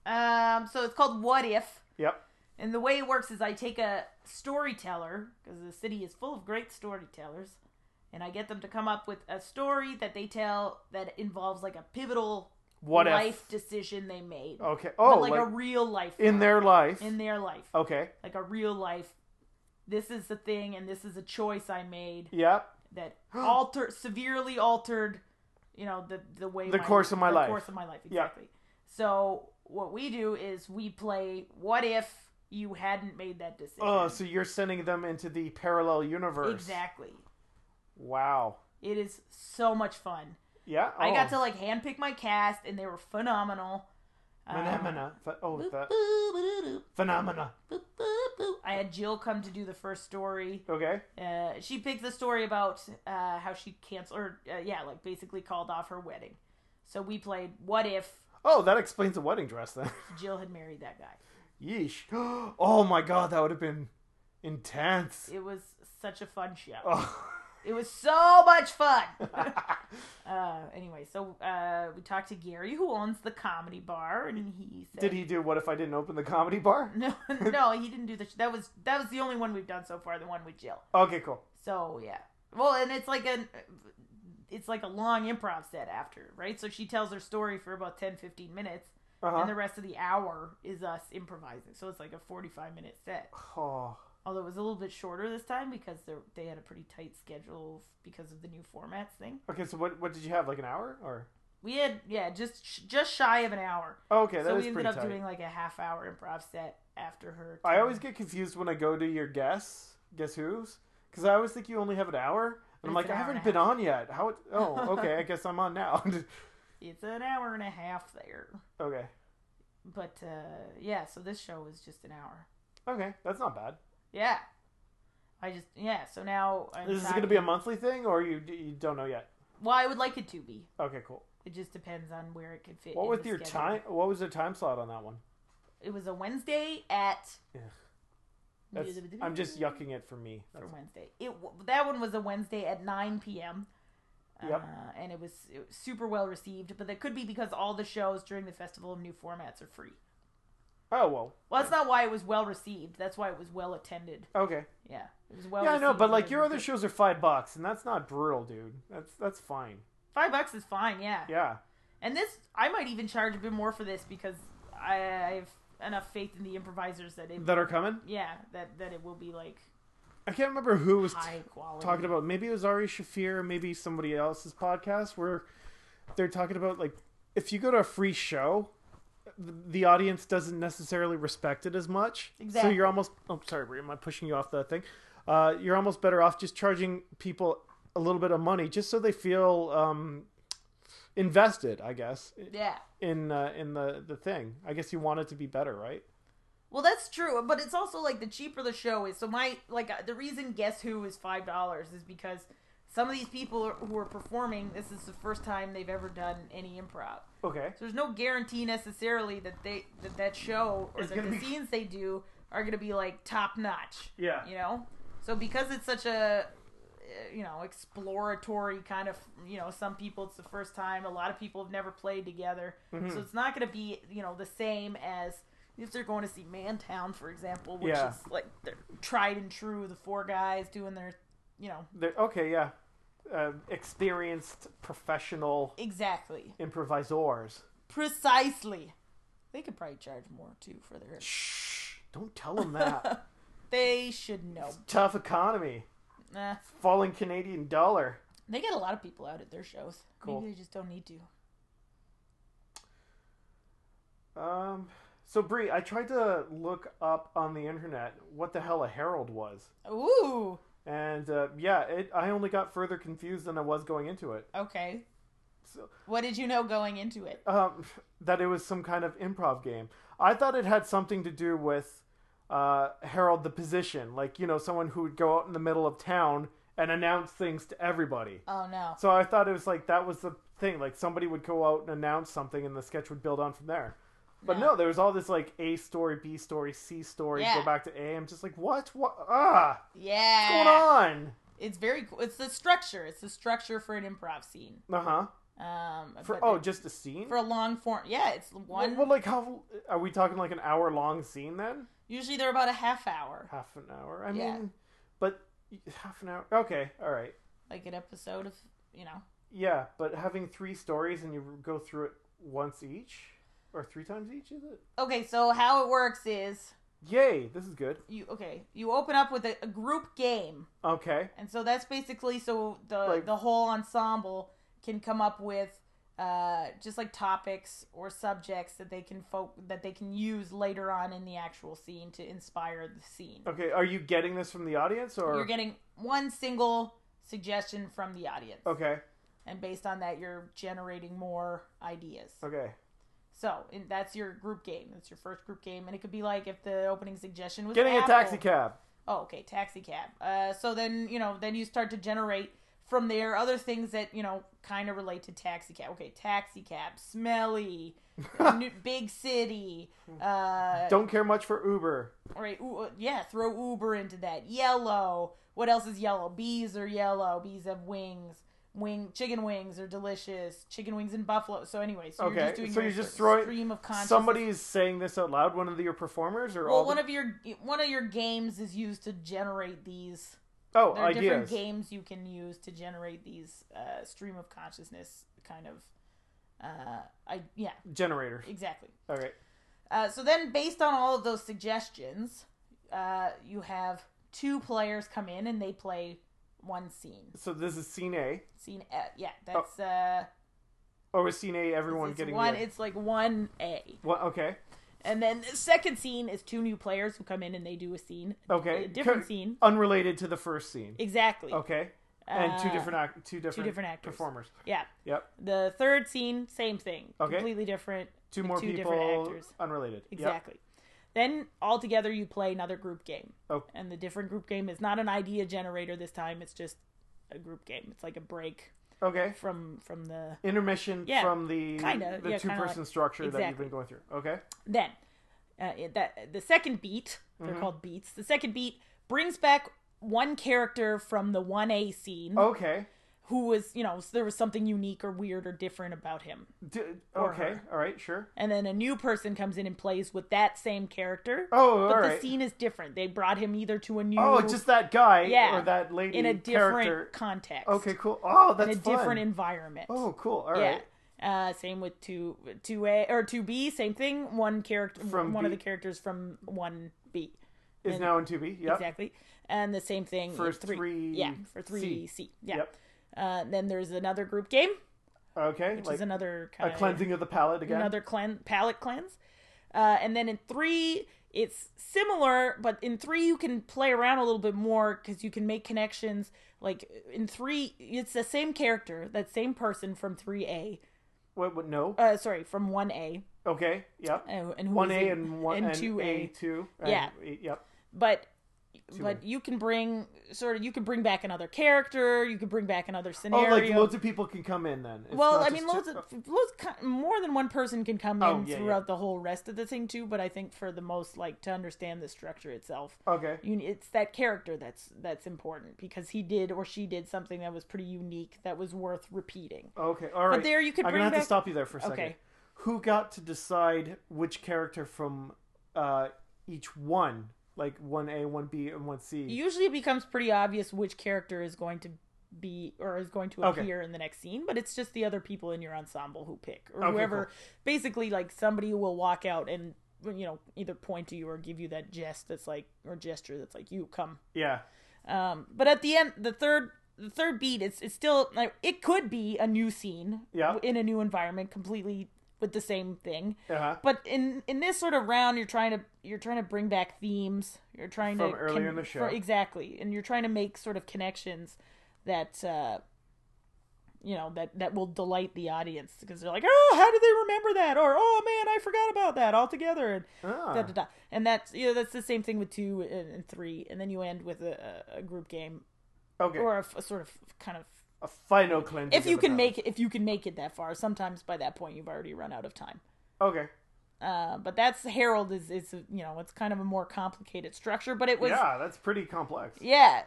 Um, so it's called What If.
Yep.
And the way it works is I take a storyteller, because the city is full of great storytellers, and I get them to come up with a story that they tell that involves like a pivotal
What
life
if?
decision they made.
Okay.
But
Oh,
like,
like,
a real life.
in
one.
their Oh. life.
in their life.
okay.
Like a real life. This is the thing, and this is a choice I made
Yep.
that alter severely altered, you know, the the way
The course of my
the
life.
course of my life
Yeah.
exactly. So what we do is we play. What if you hadn't made that decision?
Oh, so you're sending them into the parallel universe.
Exactly.
Wow.
It is so much fun.
Yeah.
I got to
oh.
like handpick my cast, and they were phenomenal. Uh,
Phenomena. Ph- oh,
boop,
that.
boop, boop,
Phenomena.
boop, boop, boop. Um, I had Jill come to do the first story.
Okay.
Uh, she picked the story about uh, how she canceled, or uh, yeah, like basically called off her wedding. So we played What If
Oh, that explains the wedding dress then.
Jill had married that guy.
Yeesh. Oh my god, that would have been intense.
It was such a fun show.
Oh.
It was so much fun. uh, anyway, so uh, we talked to Gary, who owns the comedy bar, and he said,
Did he do what if I didn't open the comedy bar?
No, no, he didn't do the. Sh- that was that was the only one we've done so far. The one with Jill.
Okay, cool.
So yeah. Well, and it's like an it's like a long improv set after, right? So she tells her story for about 10, 15 minutes, and
Uh-huh.
the rest of the hour is us improvising. So it's like a forty-five minute set.
Oh.
Although it was a little bit shorter this time because they they had a pretty tight schedule because of the new formats thing.
Okay, so what what did you have? Like an hour or?
We had yeah, just just shy of an hour.
Oh, okay, that
so
is
we ended
pretty
up
tight.
doing like a half hour improv set after her.
I
turn.
always get confused when I go to your guess, guess who's, because I always think you only have an hour, and I'm
It's
like,
an
I
hour and a
haven't been on yet. How? it- Oh, okay. I guess I'm on now.
it's an hour and a half there,
okay,
but uh, yeah. So this show was just an hour.
okay, that's not bad.
Yeah, I just yeah. So now I'm
This is going to
talking-
be a monthly thing, or you you don't know yet.
Well, I would like it to be.
Okay, cool.
It just depends on where it could fit.
What
in
was
the
your
schedule.
time? What was the time slot on that one?
It was a Wednesday at.
Ugh. That's, I'm just yucking it for me.
for
That's-
Wednesday. It w- that one was a Wednesday at 9 p.m.
Yep.
Uh, and it was, it was super well received, but that could be because all the shows during the festival of new formats are free.
oh well,
Well, that's not why it was well received. That's why it was well attended.
okay.
Yeah, it was well.
yeah, I know,
received
but like
because
your
of
other
the-
shows are five bucks, and that's not brutal, dude. That's that's fine.
five bucks is fine. Yeah.
Yeah,
and this I might even charge a bit more for this because I, I have enough faith in the improvisers that it
that are coming.
yeah that that it will be like
I can't remember who was t-
high quality.
talking about maybe it was Ari Shafir, maybe somebody else's podcast where they're talking about like if you go to a free show, the, the audience doesn't necessarily respect it as much. So
Exactly.
you're almost oh sorry, Brie, am I pushing you off that thing? Uh, you're almost better off just charging people a little bit of money just so they feel um, invested, I guess,
yeah.
in uh, in the the thing. I guess you want it to be better, right?
Well, that's true, but it's also like the cheaper the show is. So my like uh, the reason Guess Who is five dollars is because some of these people who are performing this is the first time they've ever done any improv.
Okay.
So there's no guarantee necessarily that they that that show or
It's
that the
gonna be-
scenes they do are going to be like top notch.
Yeah.
You know. So because it's such a uh, you know exploratory kind of you know some people it's the first time a lot of people have never played together
Mm-hmm.
so it's not going to be you know the same as if they're going to see mantown for example which
Yeah.
is like they're tried and true the four guys doing their you know
They're, okay. Yeah. Uh, experienced professional
exactly
improvisors.
precisely they could probably charge more too for their
Shh! Don't tell them that.
They should know.
Tough economy,
Nah,
falling Canadian dollar.
they get a lot of people out at their shows.
Cool.
Maybe they just don't need to.
Um. So Brie, I tried to look up on the internet what the hell a herald was,
Ooh.
and uh, yeah, it, I only got further confused than I was going into it.
Okay.
So-
what did you know going into it?
Um, that it was some kind of improv game. I thought it had something to do with uh, herald the position, like you know, someone who would go out in the middle of town and announce things to everybody.
Oh no.
So I thought it was like that was the thing. Like somebody would go out and announce something, and the sketch would build on from there. But
No.
no, there was all this like A story, B story, C story.
Yeah.
Go back to A. I'm just like, what? What? Ah, what's going
Yeah.
on?
It's very cool. It's the structure. It's the structure for an improv scene.
Uh huh.
Um.
For
but
oh,
it-
just a scene.
for a long form. Yeah, it's one.
Well, like how are we talking? Like an hour long scene then?
usually they're about a half hour,
Half an hour. I
Yeah.
mean, but half an hour. Okay, all right.
like an episode of you know.
Yeah, but having three stories and you go through it once each or three times each is it?
Okay, so how it works is
Yay! This is good.
you okay. You open up with a, a group game.
Okay.
And so that's basically so the
Like-
the whole ensemble can come up with uh, just like topics or subjects that they can fo- that they can use later on in the actual scene to inspire the scene.
Okay, are you getting this from the audience or
You're getting one single suggestion from the audience,
Okay,
and based on that, you're generating more ideas.
okay.
So and that's your group game. That's your first group game, and it could be like if the opening suggestion was
Getting
Apple.
a taxi cab.
Oh, okay, taxi cab. Uh, so then you know, then you start to generate from there other things that you know kind of relate to taxi cab. Okay, taxi cab, smelly, new, big city. Uh,
Don't care much for Uber.
right, ooh, uh, yeah, throw Uber into that. Yellow. What else is yellow? Bees are yellow. Bees have wings. Wing chicken wings are delicious. Chicken wings and buffalo. So anyway, so
Okay,
you're just doing
so
your
you're just
sort of
throwing-
stream of consciousness.
Somebody is saying this out loud. One of the, your performers or all
Well, one
the-
of your one of your games is used to generate these
oh
there are different
ideas.
games you can use to generate these uh, stream of consciousness kind of uh, I yeah
Generator.
exactly
All right.
uh, so then based on all of those suggestions uh, you have two players come in and they play one scene
So this is scene A,
scene uh, yeah that's uh
or was scene A Oh. everyone
it's
getting
one
the-
it's like one a
What- okay.
And then the second scene is two new players who come in and they do a scene.
Okay.
A different
Co-
scene.
Unrelated to the first scene.
Exactly.
Okay. And two
Uh,
different act, two different
different actors.
performers.
Yeah.
Yep.
The third scene, same thing.
Okay.
Completely different.
Two
with
more
two
people
different actors.
unrelated. Yep.
Exactly. Then all together you play another group game.
Oh.
And the different group game is not an idea generator this time, it's just a group game. It's like a break
Okay.
from from the
Intermission
Yeah.
from the
Kinda,
the
yeah,
two
kinda
person
like-
structure that you've
Exactly.
been going through. Okay.
then uh, it, that the second beat they're
Mm-hmm.
called beats. The second beat brings back one character from the 1A scene
Oh. Okay.
who was, you know, there was something unique or weird or different about him.
D-
Or
okay.
her.
All right. Sure.
And then a new person comes in and plays with that same character.
Oh,
but
all
the
right.
scene is different. They brought him either to a new
oh, just that guy
Yeah.
or that lady
in a different
character.
context.
Okay. Cool. Oh, that's
in a
fun.
different environment.
oh, cool. All
yeah.
right.
Uh, same with two two A or two B. Same thing. One character
From
one of
B-
the characters from one B.
Is now in two B. Yep.
Exactly. And the same thing
For
in three.
three
yeah, for three C.
C.
Yeah.
Yep.
Uh, then there's another group game,
Okay.
which
like
is another
a
kind of
cleansing of the palate again.
another clean palette cleanse. Uh, and then in three, it's similar, but in three you can play around a little bit more because you can make connections. Like in three, it's the same character, that same person from three A.
What, what, no.
Uh, sorry, from one A.
okay. Yep.
Uh, Oh. and who
One
was
A
in-
and one
and two A.
two. e,
Yeah.
Yep.
But but you can bring sort of you can bring back another character. You can bring back another
Oh,
scenario.
like loads of people can come in then. It's not
Well, I
just
mean,
two-
loads of, loads ki- more than one person can come
Oh,
in
yeah, yeah.
throughout the whole rest of the thing too. But I think for the most, like, to understand the structure itself,
Okay.
you, it's that character that's that's important because he did or she did something that was pretty unique that was worth repeating.
Okay. All right.
there you could
I'm
bring
gonna have
back-
to stop you there for a second.
Okay.
Who got to decide which character from uh, each one, like one A, one B, and one C?
Usually, it becomes pretty obvious which character is going to be or is going to
Okay.
appear in the next scene, but it's just the other people in your ensemble who pick or
Okay,
whoever. Basically, like somebody will walk out and you know either point to you or give you that jest that's like or gesture that's like you come
yeah.
Um, but at the end, the third the third beat, it's it's still like, it could be a new scene
Yeah.
in a new environment, completely with the same thing.
Uh-huh.
But in in this sort of round, you're trying to you're trying to bring back themes. You're trying
From
to
earlier in the show.
exactly, and you're trying to make sort of connections that. Uh, you know that that will delight the audience because they're like, oh, how do they remember that? Or oh man, I forgot about that altogether. And
Ah.
da, da, da. And that's you know that's the same thing with two and, and three, and then you end with a, a a group game
Okay.
or a, f- a sort of kind of
a final cleansing.
if you
of the
can
palate.
make it if you can make it that far. Sometimes by that point you've already run out of time.
Okay.
Uh, but that's Harold is is you know it's kind of a more complicated structure, but it was
yeah, that's pretty complex.
yeah.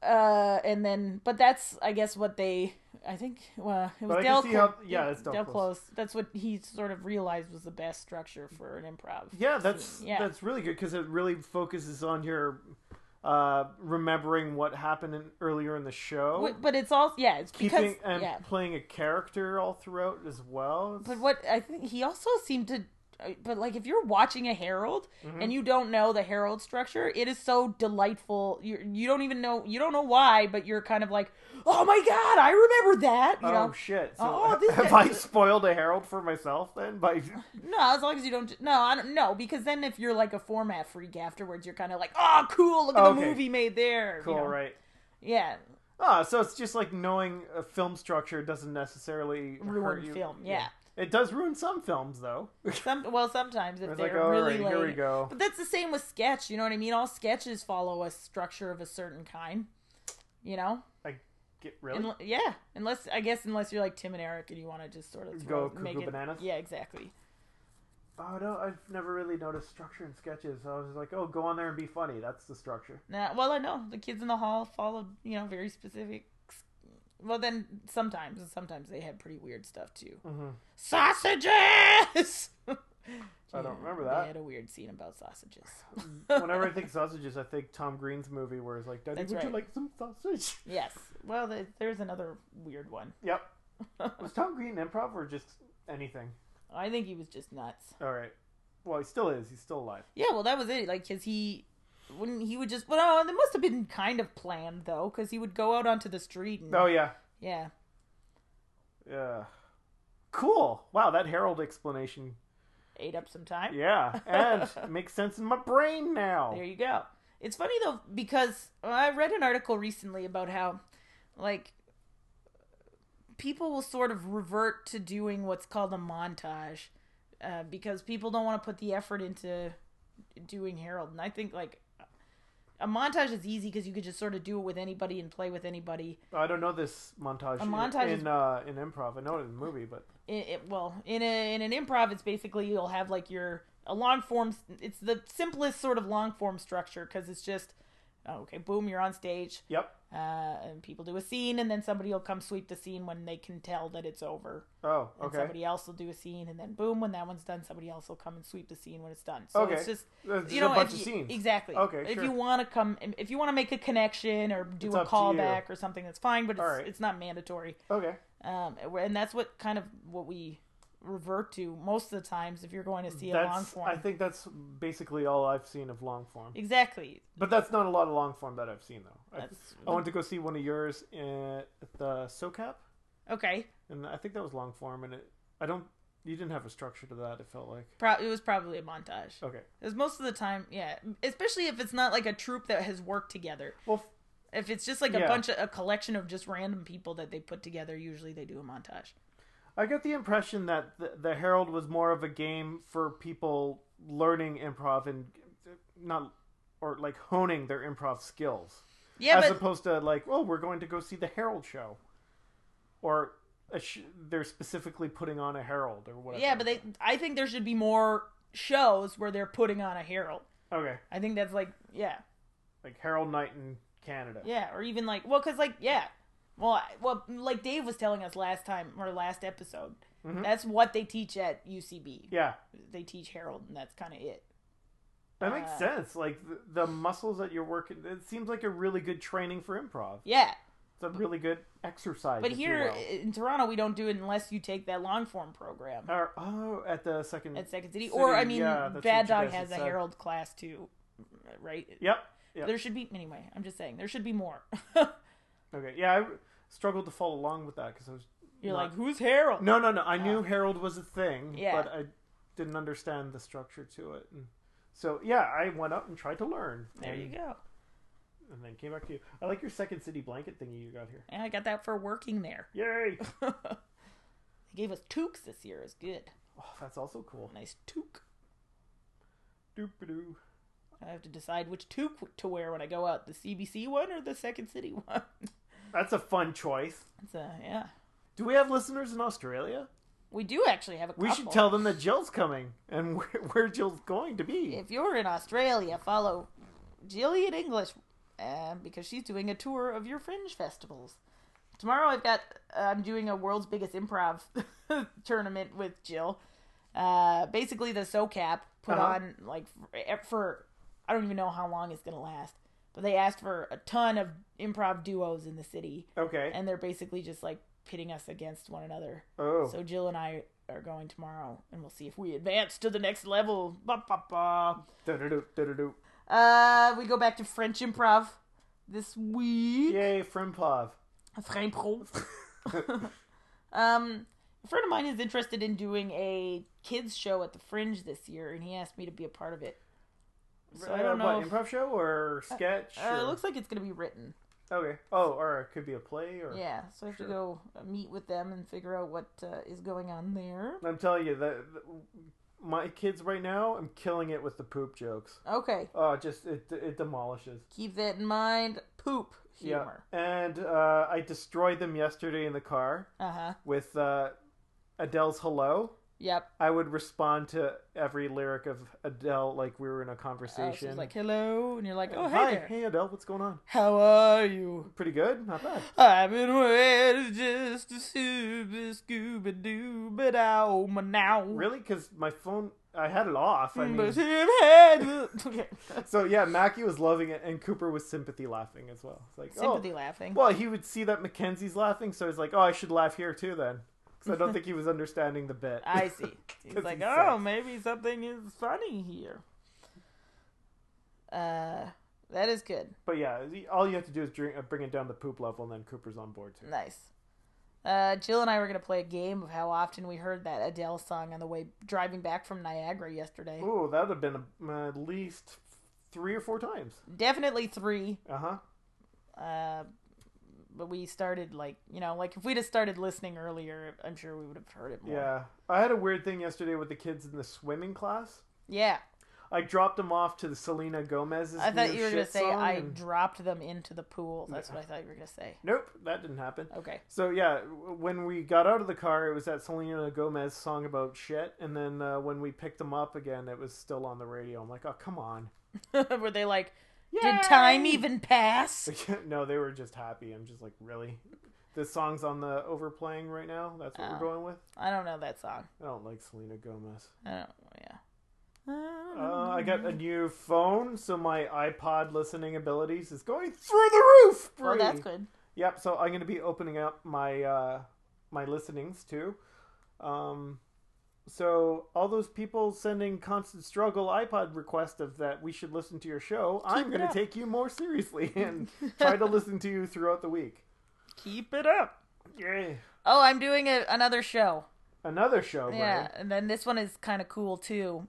Uh, and then, but that's I guess what they. I think well, it was
But I can
Del.
see
Clo-
how- yeah, it's Del Close.
That's what he sort of realized was the best structure for an improv.
Yeah, that's
Yeah.
that's really good because it really focuses on your uh, remembering what happened in, earlier in the show,
Wh- But it's all yeah, it's because
keeping and
yeah.
playing a character all throughout as well.
But what I think he also seemed to, uh, but like if you're watching a herald
Mm-hmm.
and you don't know the herald structure, it is so delightful. You you don't even know you don't know why, but you're kind of like, oh my god, I remember that. You
oh
know,
shit! So
Oh, this-
have I spoiled a herald for myself then? By
no, as long as you don't. No, I don't. No, because then if you're like a format freak afterwards, you're kind of like, oh cool, look at the
Okay.
movie made there. you
cool,
know?
right?
Yeah,
Ah, so it's just like knowing a film structure doesn't necessarily hurt
ruined
you.
film. Yeah.
It does ruin some films though.
Some well, sometimes if
It's
they're
like, all
really
right, here we
laying-
go.
But that's the same with sketch. You know what I mean? All sketches follow a structure of a certain kind. You know,
I get really
Unle- yeah. Unless I guess unless you're like Tim and Eric and you want to just sort of
Go
throw,
cuckoo
make it,
bananas?
Yeah, exactly.
Oh no, I've never really noticed structure in sketches. I was like, oh, go on there and be funny. That's the structure.
Now, well, I know the kids in the hall followed you know very specific. s- Well, then sometimes sometimes they had pretty weird stuff too.
Mhm.
Sausages.
I don't remember
They
that.
had a weird scene about sausages.
Whenever I think sausages, I think Tom Green's movie where it's like, Daddy,
That's
would you
right.
like some sausage?
yes. Well, there- there's another weird one.
Yep. Was Tom Green improv or just anything?
I think he was just nuts.
All right. Well, he still is. He's still alive.
Yeah, well, that was it. Like, cause he wouldn't. He would just. Well, that must have been kind of planned though, cause he would go out onto the street and.
Oh yeah.
Yeah.
Yeah. Cool. Wow, that Herald explanation
ate up some time.
Yeah, and makes sense in my brain now.
There you go. It's funny though because I read an article recently about how, like, people will sort of revert to doing what's called a montage, uh, because people don't want to put the effort into doing Harold. And I think like a montage is easy because you could just sort of do it with anybody and play with anybody.
I don't know this montage,
A montage
in,
is- uh,
uh, in improv. I know it in the movie, but
It, it, well, in a in an improv, it's basically you'll have like your a long form. It's the simplest sort of long form structure because it's just oh, okay, boom, you're on stage.
yep.
uh, and people do a scene, and then somebody will come sweep the scene when they can tell that it's over.
Oh,
And
okay.
somebody else will do a scene, and then boom, when that one's done, somebody else will come and sweep the scene when it's done. So
Okay.
it's just
There's just
you know
a bunch
if
of
you-
scenes.
exactly.
Okay,
if
sure.
you want to come, if you want to make a connection or do
It's
a
up to you.
callback or something, that's fine, but it's,
All right.
it's not mandatory.
Okay.
Um, and that's what kind of what we revert to most of the times if you're going to see a long
That's,
form.
I think that's basically all I've seen of long form.
exactly.
But that's not a lot of long form that I've seen, though. I,
That's
I went to go see one of yours in- at the SoCap,
okay.
and I think that was long form, and it, I don't, you didn't have a structure to that, it felt like.
Pro- it was probably a montage.
Okay.
Because most of the time, yeah, especially if it's not like a troupe that has worked together.
Well, f-
If it's just like a
Yeah.
bunch of a collection of just random people that they put together, usually they do a montage.
I get the impression that the, the Herald was more of a game for people learning improv and uh, not, or like honing their improv skills.
Yeah,
as
but
opposed to like, oh, we're going to go see the Herald show, or a sh- they're specifically putting on a Herald or whatever.
yeah, but they. I think there should be more shows where they're putting on a herald.
okay,
I think that's like yeah,
like Herald Night in Canada.
yeah, or even like well, because like yeah, well, I- well, like Dave was telling us last time or last episode,
Mhm.
that's what they teach at UCB.
Yeah,
They teach herald, and that's kind of it.
that makes
Uh,
sense. Like the, the muscles that you're working, it seems like a really good training for improv.
Yeah,
It's a really good exercise.
But
if you
here
will.
in Toronto, we don't do it unless you take that long form program
Or- oh, at the second.
at Second City.
City,
or, I mean,
yeah, that's
Bad
what you
Dog
guys
has a
had said.
Herald class too, right?
Yep. yep.
There should be, anyway, I'm just saying, there should be more.
Okay. Yeah, I struggled to follow along with that because I was.
You're
Not-
like, who's Harold?
No, no, no. I knew Herald was a thing,
Uh. Yeah.
but I didn't understand the structure to it. And so, yeah, I went up and tried to learn.
There you
and,
go.
And then came back to you. I like your second city blanket thingy you got here.
And I got that for working there.
Yay!
they gave us toques this year. It's good.
Oh, that's also cool.
Nice toque.
Doop-a-doo.
I have to decide which toque to wear when I go out the CBC one or the Second City one.
That's a fun choice.
It's a, yeah.
Do we have listeners in Australia?
We do actually have a couple.
We should tell them that Jill's coming and where, where Jill's going to be.
if you're in Australia, follow Jillian English uh, because she's doing a tour of your fringe festivals. Tomorrow, I've got I'm doing a world's biggest improv tournament with Jill. Uh, basically, the SoCap put
Uh-huh.
on like for, for I don't even know how long it's gonna last, but they asked for a ton of improv duos in the city,
Okay.
and they're basically just like pitting us against one another.
oh.
So Jill and I are going tomorrow, and we'll see if we advance to the next level. Ba, ba, ba.
Da-da-doo, da-da-doo.
Uh, we go back to French improv this week.
Yay, Frimpov.
French improv. um, a friend of mine is interested in doing a kids show at the Fringe this year, and he asked me to be a part of it. So I don't
Uh,
know.
What,
if-
improv show or sketch?
uh,
or-
it looks like it's gonna be written.
Okay. Oh, or it could be a play or.
Yeah, so I have to
Sure.
go uh, meet with them and figure out what uh, is going on there.
I'm telling you that my kids right now, I'm killing it with the poop jokes.
Okay,
Oh, it just it it demolishes.
keep that in mind. Poop humor.
Yeah, and uh, I destroyed them yesterday in the car
Uh huh.
with uh, Adele's "Hello."
Yep.
I would respond to every lyric of Adele like we were in a
Oh, she's
conversation.
like, hello, and you're like, oh, hey
Hi,
there.
hey Adele, what's going on?
How are you?
Pretty good, not bad.
I've been waiting just to super scooby doo, but I owe my now.
Really? Because my phone, I had it off. I
Mm, But
mean,
it had- okay.
so yeah, Mackie was loving it, and Cooper was sympathy laughing as well. It's like, oh,
Sympathy laughing.
Well, he would see that Mackenzie's laughing, so he's like, "Oh, I should laugh here too, then," because I don't think he was understanding the bit.
I see. He's
'Cause
like,
he
oh,
sucks."
maybe something is funny here. Uh, that is good.
But yeah, the- all you have to do is drink, uh, bring it down to poop level, and then Cooper's on board too.
Nice. Uh, Jill and I were gonna play a game of how often we heard that Adele song on the way driving back from Niagara yesterday.
Ooh, that would have been uh, at least three or four times.
Definitely three.
Uh huh.
Uh, but we started like you know like if we'd have started listening earlier, I'm sure we would have heard it more.
Yeah. I had a weird thing yesterday with the kids in the swimming class.
Yeah.
I dropped them off to the Selena Gomez's.
I thought
new
you were gonna
shit
say
song
I
and-
dropped them into the pool. That's what I thought you were gonna say.
Nope, that didn't happen.
Okay.
So yeah, w- when we got out of the car, it was that Selena Gomez song about shit, and then uh, when we picked them up again, it was still on the radio. I'm like, oh come on.
were they like, did time even pass?
no, they were just happy. I'm just like, really? This song's on the overplaying right now. That's what
Oh.
we're going with.
I don't know that song.
I don't like Selena Gomez.
I don't. Yeah. Um, I don't
Uh, I
know.
got a new phone, so my iPod listening abilities is going through the roof.
Well, that's
Bree!
good.
Yep. So I'm going to be opening up my uh, my listenings too. Um, so all those people sending constant struggle iPod request of that we should listen to your show, I'm
it
going to
up.
take you more seriously and try to listen to you throughout the week.
Keep it up.
Yeah.
Oh, I'm doing a, another show.
Another show,
Yeah,
yeah.
and then this one is kind of cool too.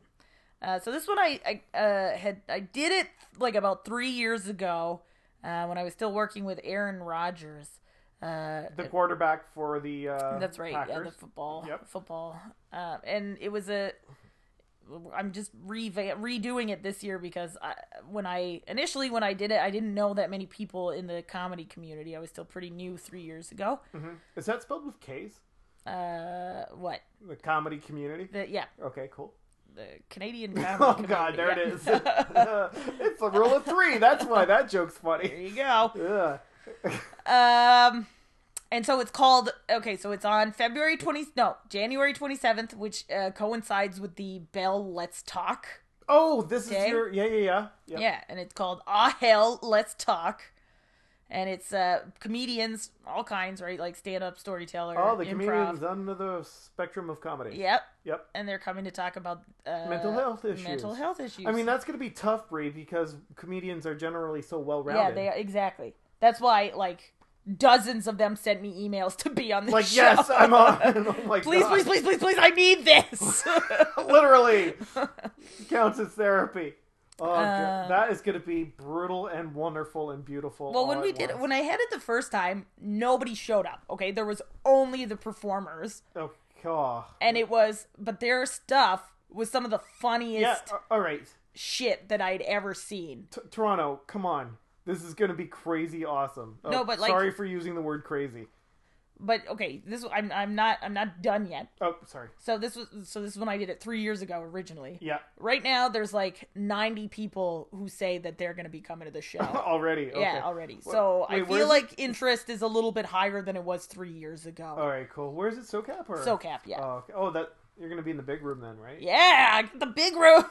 Uh, so this one I, I uh, had I did it like about three years ago uh, when I was still working with Aaron Rodgers. Uh,
The quarterback for the uh,
that's right, yeah,
Packers.
the football,
Yep.
football, uh, and it was a. I'm just reva- redoing it this year because I, when I initially when I did it, I didn't know that many people in the comedy community. I was still pretty new three years ago.
Mhm. Is that spelled with K's?
Uh, what?
The comedy community.
The, yeah,
Okay, cool.
the Canadian comedy.
Oh God,
community,
there
yeah.
it is. it's the rule of three. That's why that joke's
There
funny.
you go.
Ugh.
Um, and so it's called. Okay, so it's on February twenty. No, January twenty seventh, which uh, coincides with the Bell Let's Talk.
Oh, this is
Okay.
your yeah yeah yeah. Yep.
Yeah, and it's called Ah Hell Let's Talk. And it's uh, comedians, all kinds, right? Like stand up, storyteller,
All Oh, the
improv.
comedians uh, under the spectrum of comedy.
Yep,
Yep.
and they're coming to talk about uh,
Mental health
Mental
issues.
health issues.
I mean that's gonna be tough, Bree, because comedians are generally so well
yeah,
rounded.
they are, exactly. That's why like dozens of them sent me emails to be on this
Like
show.
yes, I'm on. oh my
please,
God.
please, please, please, please, I need this.
Literally counts as therapy. Oh, God.
Uh,
that is gonna be brutal and wonderful and beautiful.
Well,
all
when we
at
did
once.
when I had it the first time, nobody showed up. Okay, there was only the performers,
oh, God.
and it was but their stuff was some of the funniest
Yeah. a- All right.
shit that I'd ever seen.
T- Toronto, come on. This is gonna be crazy awesome. Oh,
No, but, like-
sorry for using the word crazy.
But okay, this I'm I'm not I'm not done yet.
Oh, sorry.
So this was so this is when I did it three years ago originally.
Yeah.
Right now, there's like 90 people who say that they're going to be coming to the show.
Already. Okay.
Yeah, already.
Wha-
So
wait,
I
where's
feel
it-
like interest is a little bit higher than it was three years ago.
All right, cool. Where's it? SoCap or
SoCap, yeah.
Oh, okay. oh, that you're gonna be in the big room then, right?
Yeah, get the big room.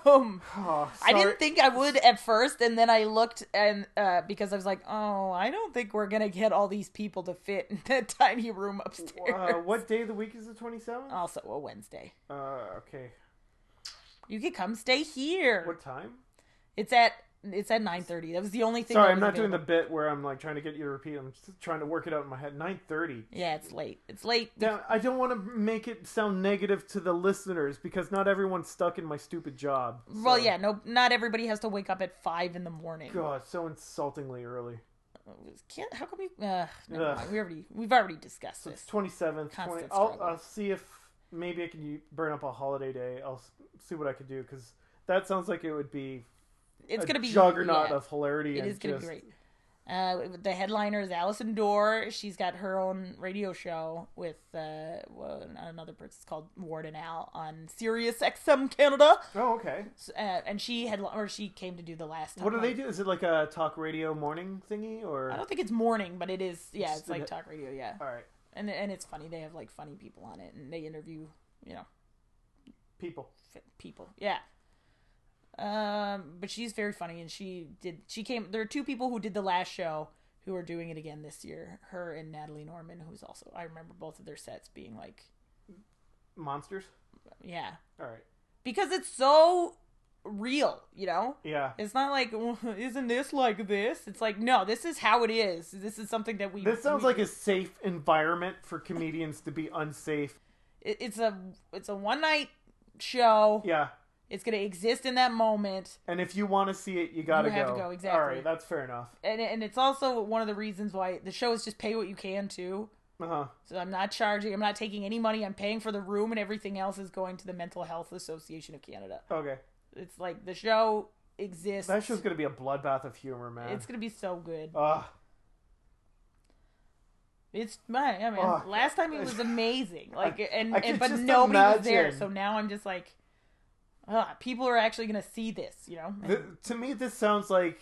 Oh,
I
sorry.
didn't think I would at first, and then I looked and uh, because I was like, "Oh, I don't think we're gonna get all these people to fit in that tiny room upstairs."
Uh, what day of the week is the 27th?
Also, a Wednesday.
Uh, okay.
You could come stay here.
What time?
It's at it's at nine thirty. That was the only thing.
Sorry,
that
I'm
was
not doing the
available.
bit where I'm like trying to get you to repeat. I'm just trying to work it out in my head. 9:30.
Yeah, it's late. It's late.
Now, I don't want to make it sound negative to the listeners because not everyone's stuck in my stupid job.
well,
so-
yeah, no, not everybody has to wake up at five in the morning.
God, so insultingly early.
Can't, how come you? Uh, never
Ugh.
mind. We already we've already discussed
So it's
this.
27th. 20,
Constant
I'll,
struggle.
I'll see if maybe I can u- burn up a holiday day. I'll s- see what I could do because that sounds like it would be
It's
a
gonna be
juggernaut
yeah.
of hilarity.
It
and
is going to
just-
be great. Uh, the headliner is Alison Dorr. She's got her own radio show with uh, well, another person it's called Ward and Al on Sirius XM Canada,
Oh, okay.
S- uh, and she had or she came to do the last. Time
What do they do? Is it like a talk radio morning thingy or?
I don't think it's morning, but it is. Yeah,
It's
it's like
the-
talk radio. Yeah,
All right,
and and it's funny. They have like funny people on it, and they interview you know
people.
f- people. Yeah. Um, but she's very funny, and she did. She came. There are two people who did the last show who are doing it again this year. Her and Natalie Norman, who's also I remember both of their sets being like,
Monsters.
yeah,
All right.
because it's so real, you know?
Yeah.
It's not like "Well, isn't this like this? It's like no, this is how it is. This is something that we
This sounds
we-
like a safe environment for comedians to be unsafe.
it- it's a it's a one night show.
Yeah.
It's going to exist in that moment.
And if you want to see it, you gotta
You have
go.
to go, exactly.
All right, that's fair enough.
And and it's also one of the reasons why the show is just pay what you can to.
Uh huh.
So I'm not charging, I'm not taking any money. I'm paying for the room and everything else is going to the Mental Health Association of Canada.
Okay.
It's like the show exists.
That show's gonna be a bloodbath of humor, man.
It's going to be so good.
Ugh.
It's my yeah, man.
Oh.
Last time it was amazing. Like and,
I could
and but
just
nobody was there.
imagine.
So now I'm just like ah, people are actually going to see this, you know.
Th- to me, this sounds like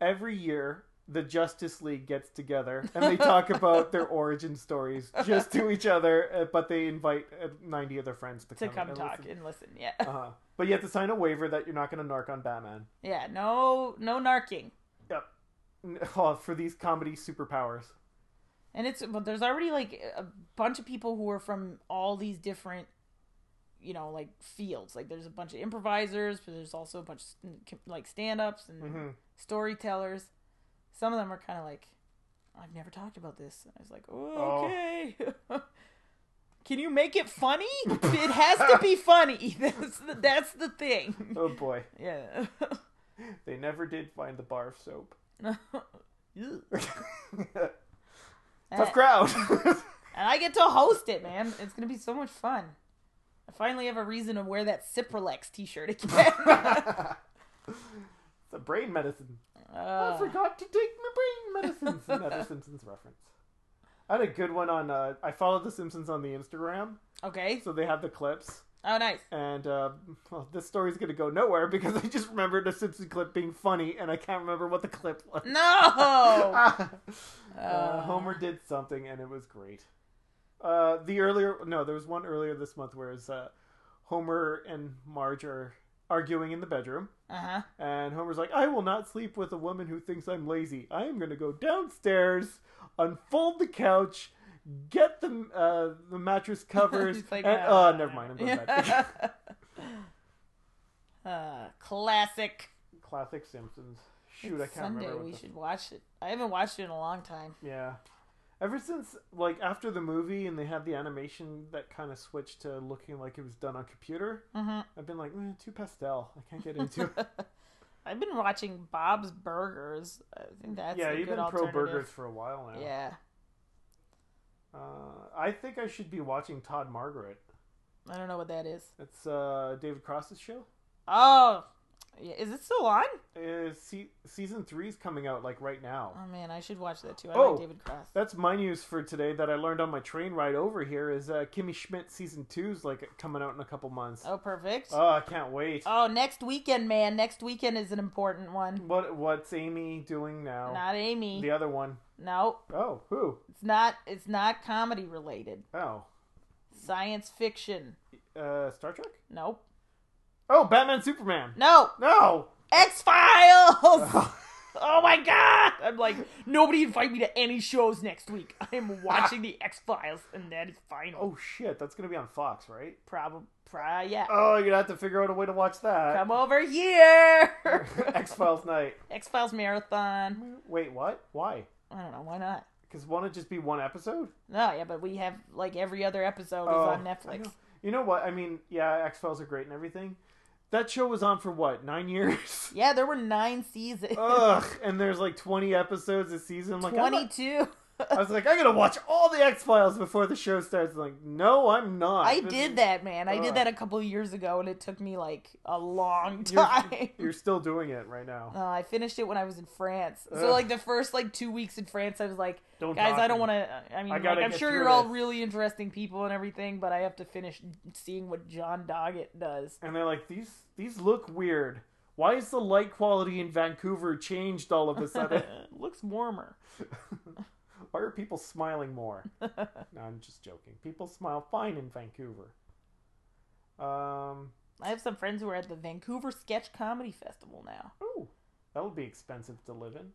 every year the Justice League gets together and they talk about their origin stories just to each other, uh, but they invite uh, 90 of their friends to,
to
come,
come talk and listen. Yeah.
uh But you have to sign a waiver that you're not going to narc on Batman.
Yeah, no no narking.
Yep. N- Oh, for these comedy superpowers.
And it's but there's already like a bunch of people who are from all these different you know, like fields. Like there's a bunch of improvisers, but there's also a bunch of s- like stand-ups and
hmm
storytellers. Some of them are kind of like, I've never talked about this. And I was like,
Oh.
okay. Can you make it funny? it has to be funny. That's the, that's the thing.
Oh boy,
Yeah.
they never did find the bar of soap.
Ew.
Tough Eh.
and,
crowd.
and I get to host it, man. It's gonna be so much fun. I finally have a reason to wear that Ciprolex T-shirt again.
it's a brain medicine. Oh, I
Uh,
forgot to take my brain medicines. Another Simpsons reference. I had a good one on. Uh, I followed the Simpsons on the Instagram,
okay.
so they have the clips.
Oh, nice.
And uh, well, this story's gonna go nowhere because I just remembered a Simpson clip being funny, and I can't remember what the clip was.
No.
Ah.
Uh.
uh, Homer did something, and it was great. Uh, the earlier, no, there was one earlier this month where it's uh, Homer and Marge are arguing in the bedroom,
Uh huh.
and Homer's like, "I will not sleep with a woman who thinks I'm lazy. I am going to go downstairs, unfold the couch." Get the uh, the mattress covers.
It's like,
and,
uh,
oh, never mind. I'm going back.
uh, classic.
Classic Simpsons. Shoot, I
It's
can't
Sunday.
remember. What
we
the
should watch it. I haven't watched it in a long time.
Yeah. Ever since, like, after the movie and they had the animation that kind of switched to looking like it was done on computer,
Mhm.
I've been like, eh, too pastel. I can't get into it.
I've been watching Bob's Burgers. I think that's
yeah,
a
you've
good
been pro
alternative.
burgers for a while now.
Yeah.
Uh, I think I should be watching Todd Margaret.
I don't know what that is.
It's uh, David Cross's show.
Oh, yeah. Is it still on?
Uh, se- season three's coming out, like, right now.
Oh man, I should watch that too. I
Oh.
like David Cross.
That's my news for today that I learned on my train ride over here is uh, Kimmy Schmidt season two's, like, coming out in a couple months.
Oh, perfect.
Oh, I can't wait.
oh, next weekend, man. Next weekend is an important one.
What what's Amy doing now?
Not Amy.
The other one.
No,
Oh, who?
it's not. It's not comedy related.
Oh,
Science fiction.
uh, Star Trek.
Nope.
Oh, Batman Superman.
No.
No.
X Files.
Oh,
Oh my god! I'm like, nobody invite me to any shows next week. I'm watching the X Files, and that is final.
Oh. shit, that's gonna be on Fox, right?
Prob, pro, yeah.
Oh, you're gonna have to figure out a way to watch that.
Come over here.
uh. X Files night.
X Files marathon.
Wait, what? Why?
I don't know why not.
Because won't it just be one episode?
No, yeah, but we have like every other episode
Oh,
is on
I
Netflix.
know. You know what? I mean, yeah, X Files are great and everything. That show was on for what nine years?
Yeah, there were nine seasons.
Ugh, and there's like 20 episodes a season. I'm Like I'm not-
Twenty-two.
I was like, I gotta watch all the X Files before the show starts. I'm like, no, I'm not.
I
This
did
is-
that, man. I
Ugh.
did that a couple years ago, and it took me like a long
You're-
time.
You're still doing it right now.
Uh, I finished it when I was in France. So
Ugh.
like the first like two weeks in France, I was like,
Don't
guys,
talk
I don't want
me.
to. I mean,
I
like,
gotta
I'm
get
sure
through
you're all
this.
really interesting people and everything, but I have to finish seeing what John Doggett does.
And they're like, these these look weird. Why is the light quality in Vancouver changed all of a sudden?
Looks warmer.
Why are people smiling more? no, I'm just joking. People smile fine in Vancouver. Um,
I have some friends who are at the Vancouver Sketch Comedy Festival now.
oh, that'll be expensive to live in. Oh,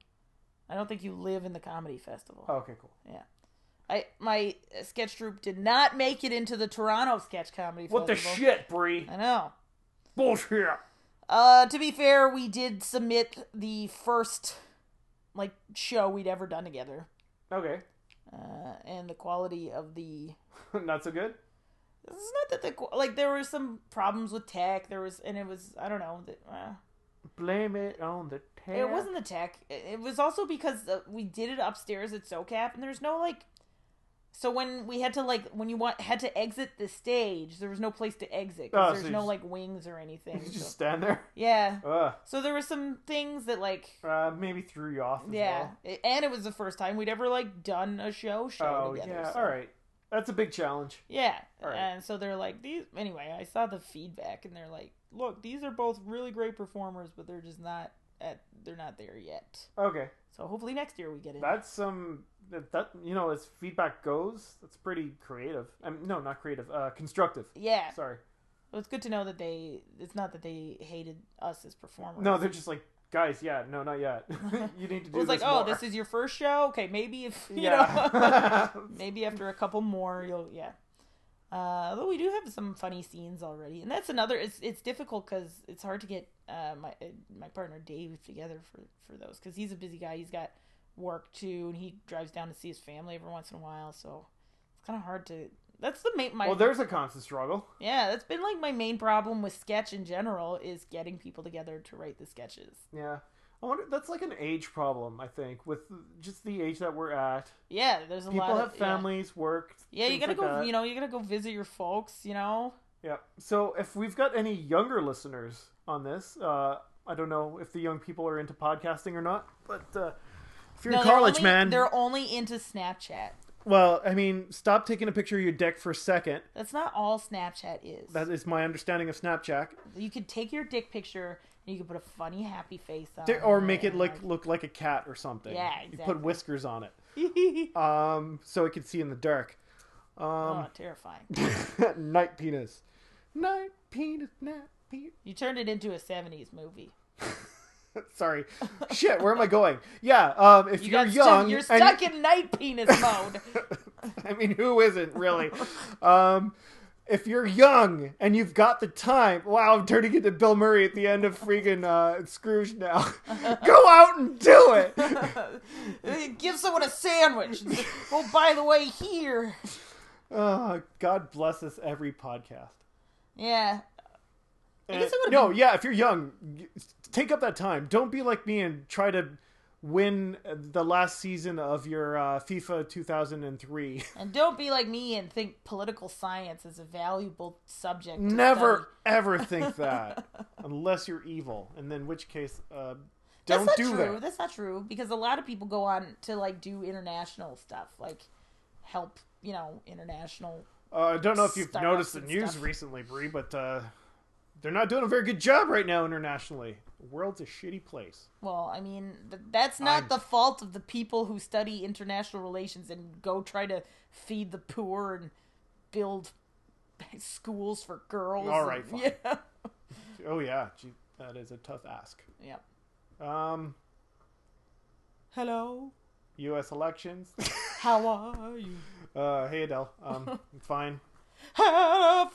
I don't think you live in the comedy festival.
Okay, cool.
I my uh, sketch troupe did not make it into the Toronto Sketch Comedy
What the
Festival.
shit, Bree?
I know.
Bullshit.
Uh, to be fair, we did submit the first like show we'd ever done together,
Okay.
uh, and the quality of the
Not so good?
it's not that the qu- like there were some problems with tech. There was and it was I don't know. The, uh,
Blame it on the tail.
It wasn't the tech. It it was also because uh, we did it upstairs at SoCap, and there's no like. So when we had to like when you want had to exit the stage, there was no place to exit. 'cause
Oh, so
there's
you
no
just-
like wings or anything.
You
so-
just stand there.
Yeah.
Ugh.
So there were some things that like.
Uh, maybe threw you off as
Yeah,
well.
It- and it was the first time we'd ever like done a show show
Oh,
together.
yeah.
so-
All right. That's a big challenge.
Yeah.
All right.
And so they're like, these. Anyway, I saw the feedback, and they're like, look, these are both really great performers, but they're just not at. They're not there yet.
Okay.
So hopefully next year we get it.
That's some that, that you know as feedback goes, that's pretty creative. I mean, no, not creative. Uh, constructive.
Yeah.
Sorry.
Well, it's good to know that they. It's not that they hated us as performers.
No, they're just like guys. Yeah, no, not yet. you need to
it
do.
was like,
this
oh,
more.
this is your first show. Okay, maybe if you know,
yeah.
maybe after a couple more, you'll yeah. Uh, though we do have some funny scenes already, and that's another. It's it's difficult because it's hard to get uh, my uh, my partner Dave together for for those because he's a busy guy. He's got work too, and he drives down to see his family every once in a while. So it's kind of hard to. That's the main my
well, there's a constant struggle.
Yeah, that's been like my main problem with sketch in general is getting people together to write the sketches.
Yeah. I wonder. That's like an age problem, I think, with just the age that we're at.
Yeah, there's a lot
People have
of
families, work.
Yeah, yeah you
things
gotta
like
go.
that.
You know, you gotta go visit your folks. You know,
Yeah. So if we've got any younger listeners on this, uh, I don't know if the young people are into podcasting or not, but uh, if you're
No,
in
they're
college,
only-
man,
They're only into Snapchat.
well, I mean, stop taking a picture of your dick for a second.
That's not all Snapchat is.
That is my understanding of Snapchat,
you could take your dick picture and you could put a funny, happy face on,
Di- or make it
and,
like look like a cat or something.
Oh, Yeah,
You put
exactly.
whiskers on it,
like-
um, so it can see in the dark.
oh,
Um,
terrifying.
night penis, night penis, night penis.
You turned it into a '70s movie.
Sorry, shit. Where am I going? Yeah. Um, if
You
are
got stu-
young,
you're
and-
stuck in night penis mode.
I mean, who isn't really? Um, if you're young and you've got the time, wow, I'm turning into Bill Murray at the end of freaking uh, Scrooge now. Go out and do it.
Give someone a sandwich. oh, by the way, here.
Oh, God bless us every podcast.
Yeah. I guess
Uh,
it would've
no, yeah, if you're young, y- take up that time. Don't be like me and try to win the last season of your uh, FIFA 2003.
And don't be like me and think political science is a valuable subject. to
Never
study.
ever think that unless you're evil, and in which case, uh,
That's
don't
not
do
true.
that.
That's not true because a lot of people go on to like do international stuff, like help, you know, international.
Uh, I don't know if you've
Startups
noticed the
and
news
stuff.
recently, Bree, but uh, they're not doing a very good job right now internationally. The world's a shitty place.
Well, I mean, th- that's not
I'm-
the fault of the people who study international relations and go try to feed the poor and build schools for girls.
All
and-
right, fine.
Yeah.
Oh yeah, gee, that is a tough ask.
yeah.
Um,
Hello.
U.S. elections.
How are you?
uh, hey Adele, um, I'm fine.
Hello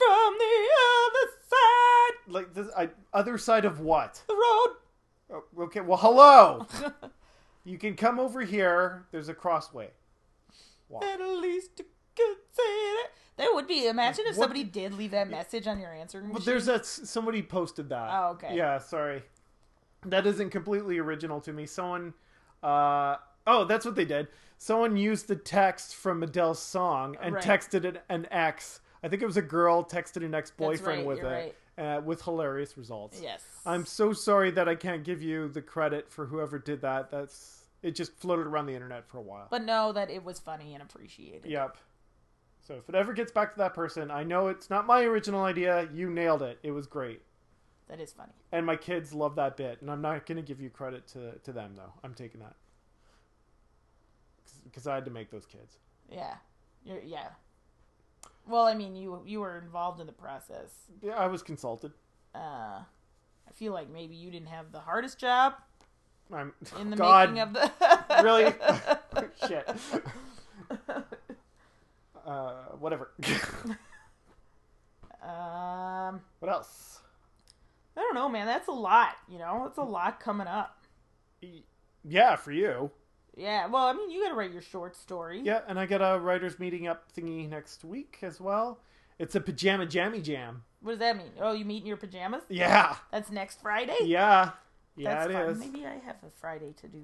from the other side of
Like this, I, other side of what?
the road.
Oh, okay, well, hello. you can come over here. There's a crossway. Walk.
At least you could say that. That would be. Imagine if
What-
somebody did leave that message on your answering
But
machine.
there's that somebody posted that.
Oh, okay.
Yeah, sorry. That isn't completely original to me. Someone uh oh, that's what they did. Someone used the text from Adele's song and
Right.
texted it an ex. I think it was a girl texted an ex-boyfriend
right,
with
you're
it uh, with hilarious results.
yes.
I'm so sorry that I can't give you the credit for whoever did that. That's it just floated around the internet for a while.
But know that it was funny and appreciated.
Yep. So if it ever gets back to that person, I know it's not my original idea. You nailed it. It was great.
That is funny.
and my kids love that bit and i'm not going to give you credit to, to them though i'm taking that because i had to make those kids
Yeah. You're, yeah. Well, I mean, you you were involved in the process.
yeah, i was consulted
Uh, I feel like maybe you didn't have the hardest job
i'm
in the
god
making of the.
really shit uh, whatever
um.
what else
I don't know, man. That's a lot. You know, that's a lot coming up.
Yeah, for you.
Yeah. Well, I mean, you got to write your short story.
Yeah, and I got a writers meeting up thingy next week as well. It's a pajama jammy jam.
What does that mean? Oh, you meet in your pajamas?
Yeah,
That's next Friday.
yeah, yeah.
That's
It is.
fun. Maybe I have a Friday to do.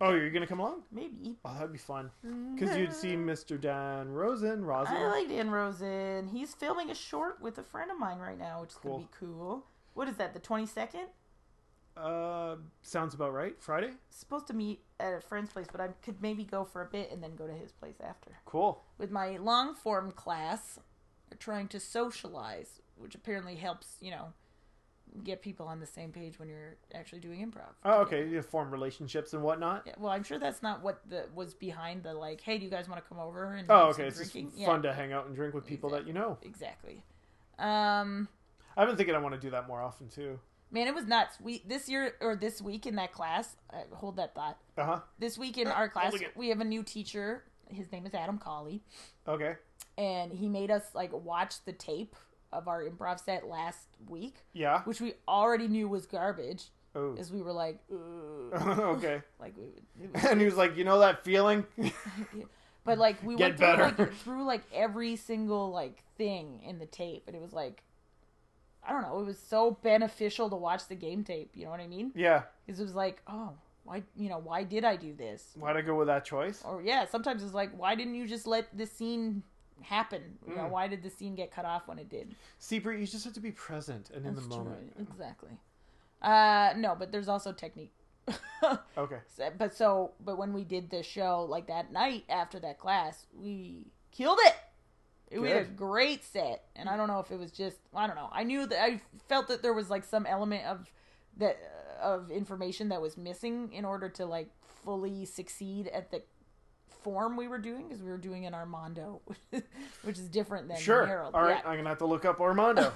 Oh, you're gonna come along?
Maybe.
Oh, that'd be fun. Because you'd see Mr. Dan Rosen, Rosen.
Mm-hmm. I like Dan Rosen. He's filming a short with a friend of mine right now, which is gonna be cool. What is that? The twenty second?
Uh, sounds about right. Friday.
Supposed to meet at a friend's place, but I could maybe go for a bit and then go to his place after.
Cool.
With my long form class, they're trying to socialize, which apparently helps. You know, get people on the same page when you're actually doing improv.
Oh, okay. You form relationships and whatnot.
Yeah, well, I'm sure that's not what the was behind the like. Hey, do you guys want to come over and
Oh,
have
okay.
some
It's just
drinking?
fun to hang out and drink with people that you know.
yeah, exactly. Um,
I've been thinking I want to do that more often too.
Man, it was nuts. We this year or this week in that class, uh, hold that thought.
Uh huh.
This week in our class,
holding it.
we have a new teacher. His name is Adam Colley,
Okay.
and he made us like watch the tape of our improv set last week,
Yeah.
which we already knew was garbage,
Oh.
as we were like, Ugh.
okay.
like we would. It was,
And he was like, you know that feeling?
but like we went
Get
through
better.
like through like every single like thing in the tape, and it was like, I don't know, it was so beneficial to watch the game tape. You know what I mean?
yeah.
because it was like, oh, why, you know, why did I do this?
Why'd I go with that choice?
Or yeah, sometimes it's like, why didn't you just let this scene happen? You know,
Mm.
why did the scene get cut off when it did?
See, Brie, you just have to be present and in the
That's true.
moment.
exactly. Uh, no, but there's also technique.
Okay.
So- but so, but when we did the show, like that night after that class, we killed it. We had a
Good.
great set, and I don't know if it was just I don't know. I knew that I felt that there was like some element of that uh, of information that was missing in order to like fully succeed at the form we were doing because we were doing an Armando, which is different than
Sure.
Harold.
All right.
Yeah.
I'm gonna have to look up Armando.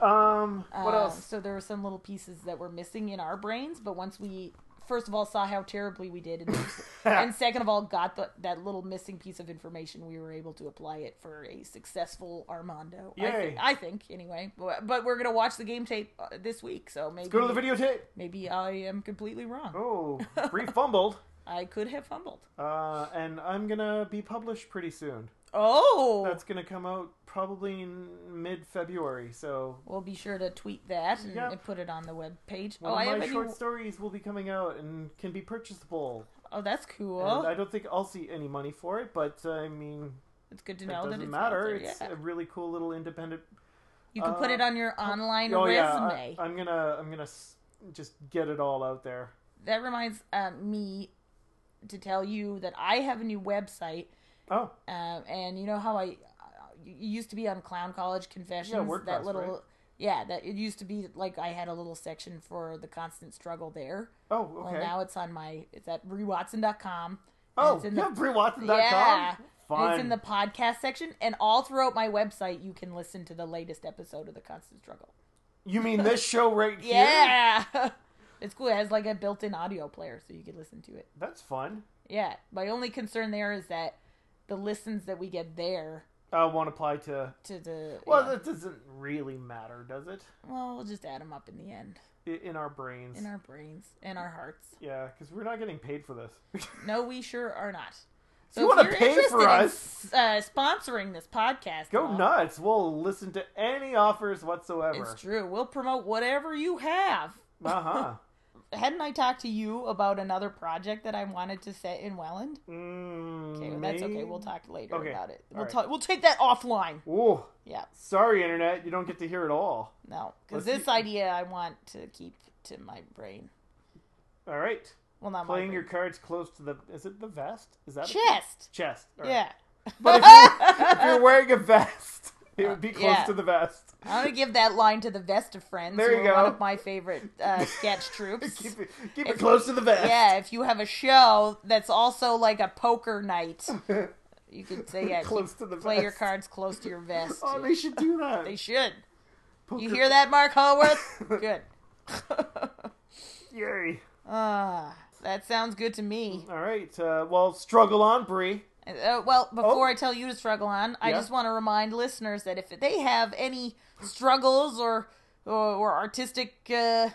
um. What
Uh,
else?
So there were some little pieces that were missing in our brains, but once we first of all saw how terribly we did, and, and second of all got the, that little missing piece of information, we were able to apply it for a successful Armando. I,
Yay.
thi- I think anyway. But, but we're gonna watch the game tape uh, this week, so maybe
Go to the videotape.
maybe I am completely wrong.
Oh, Brie fumbled.
I could have fumbled.
Uh, and I'm gonna be published pretty soon.
Oh,
That's gonna come out probably in mid-February. So
we'll be sure to tweet that and,
Yep.
and put it on the web page.
one
oh, I
of
have
my
a
short
new.
stories will be coming out and can be purchasable.
Oh, that's cool.
And I don't think I'll see any money for it, but uh, I mean,
it's good to
it
know
doesn't
that it's out
matter.
there,
It's
yeah.
a really cool little independent.
You can put
Uh,
it on your online
oh
resume.
yeah, I, am gonna I'm gonna s- just get it all out there.
that reminds uh, me to tell you that I have a new website,
Oh,
um, and you know how I uh, you used to be on Clown College Confessions.
WordPress,
that little,
right?
yeah, that it used to be like I had a little section for the constant struggle there.
oh,
Well,
okay.
now it's on my it's at brewatson.com.
oh,
it's in
yeah,
the-
BrieWatson.com.
Yeah.
Fun.
And it's in the podcast section, and all throughout my website, you can listen to the latest episode of the Constant Struggle.
You mean this show right here?
Yeah, it's cool. It has like a built-in audio player, so you can listen to it.
That's fun.
Yeah, my only concern there is that the listens that we get there
Uh, won't apply to.
to the
Well,
yeah.
that doesn't really matter, does it?
well, we'll just add them up in the end
I- In our brains.
in our brains and our hearts.
Yeah, because we're not getting paid for this.
No, we sure are not. So
you
if
wanna
you're
pay
interested
for
in,
us-
uh, sponsoring this podcast,
Go
well,
nuts. We'll listen to any offers whatsoever.
It's true. We'll promote whatever you have.
Uh huh.
Hadn't I talked to you about another project that I wanted to set in Welland?
Mm,
Okay, well, that's okay.
maybe-
We'll talk later
Okay,
about it.
all
We'll
right.
talk. We'll take that offline.
Ooh,
Yeah.
sorry, internet. You don't get to hear it all.
No, because
Let's-
this idea I want to keep to my brain.
All right.
Well, not
Playing
Oh my
your
brain.
cards close to the. Is it the vest? Is that a-
chest.
chest? all right.
Yeah,
But if you're, if you're wearing a vest, it would be
Uh,
close
yeah.
to the vest.
I'm gonna give that line to the Vest of Friends.
There
who
you
are One
go.
of my favorite uh, sketch troops.
Keep it, keep it
If-
close to the vest.
yeah, if you have a show that's also like a poker night, you could say yeah.
Close
keep-
to the
play your
vest.
cards close to your vest.
Oh, they should do that.
They should.
Poker-
You hear that, Mark Hallworth? Good.
Yay.
Ah, that sounds good to me.
All right. Uh, well, struggle on, Bree.
Uh, well, before
Oh.
I tell you to struggle on, I
Yeah.
just want to remind listeners that if they have any struggles or or, or artistic uh,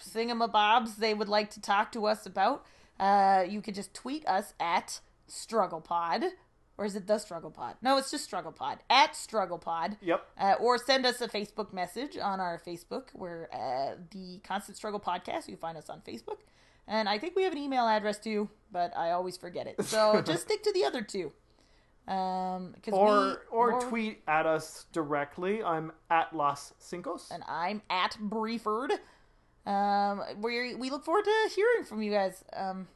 thingamabobs they would like to talk to us about, uh, you could just tweet us at StrugglePod. Or is it the Struggle Pod? No, it's just Struggle Pod. At Struggle Pod.
Yep.
Uh, or send us a Facebook message on our Facebook. We're uh, the Constant Struggle Podcast. You can find us on Facebook. And I think we have an email address too, but I always forget it. So just stick to the other two. Um, 'cause
Or
we-
or tweet at us directly. I'm at Los Cinco's.
and I'm at Brieford. Um, we we look forward to hearing from you guys. Um,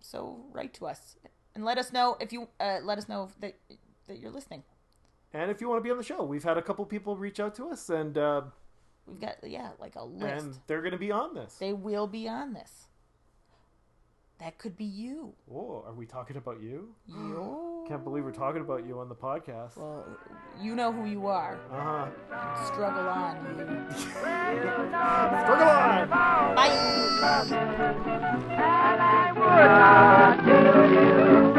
so write to us and let us know if you uh, let us know that that you're listening.
And if you want to be on the show, we've had a couple people reach out to us, and uh,
We've got yeah, like a list.
and they're going to be on this.
They will be on this. That could be you.
Oh, are we talking about you?
You.
Can't believe we're talking about you on the podcast.
Well, you know who you are.
Uh
Struggle on, you.
huh. Struggle on.
Bye.
would not do you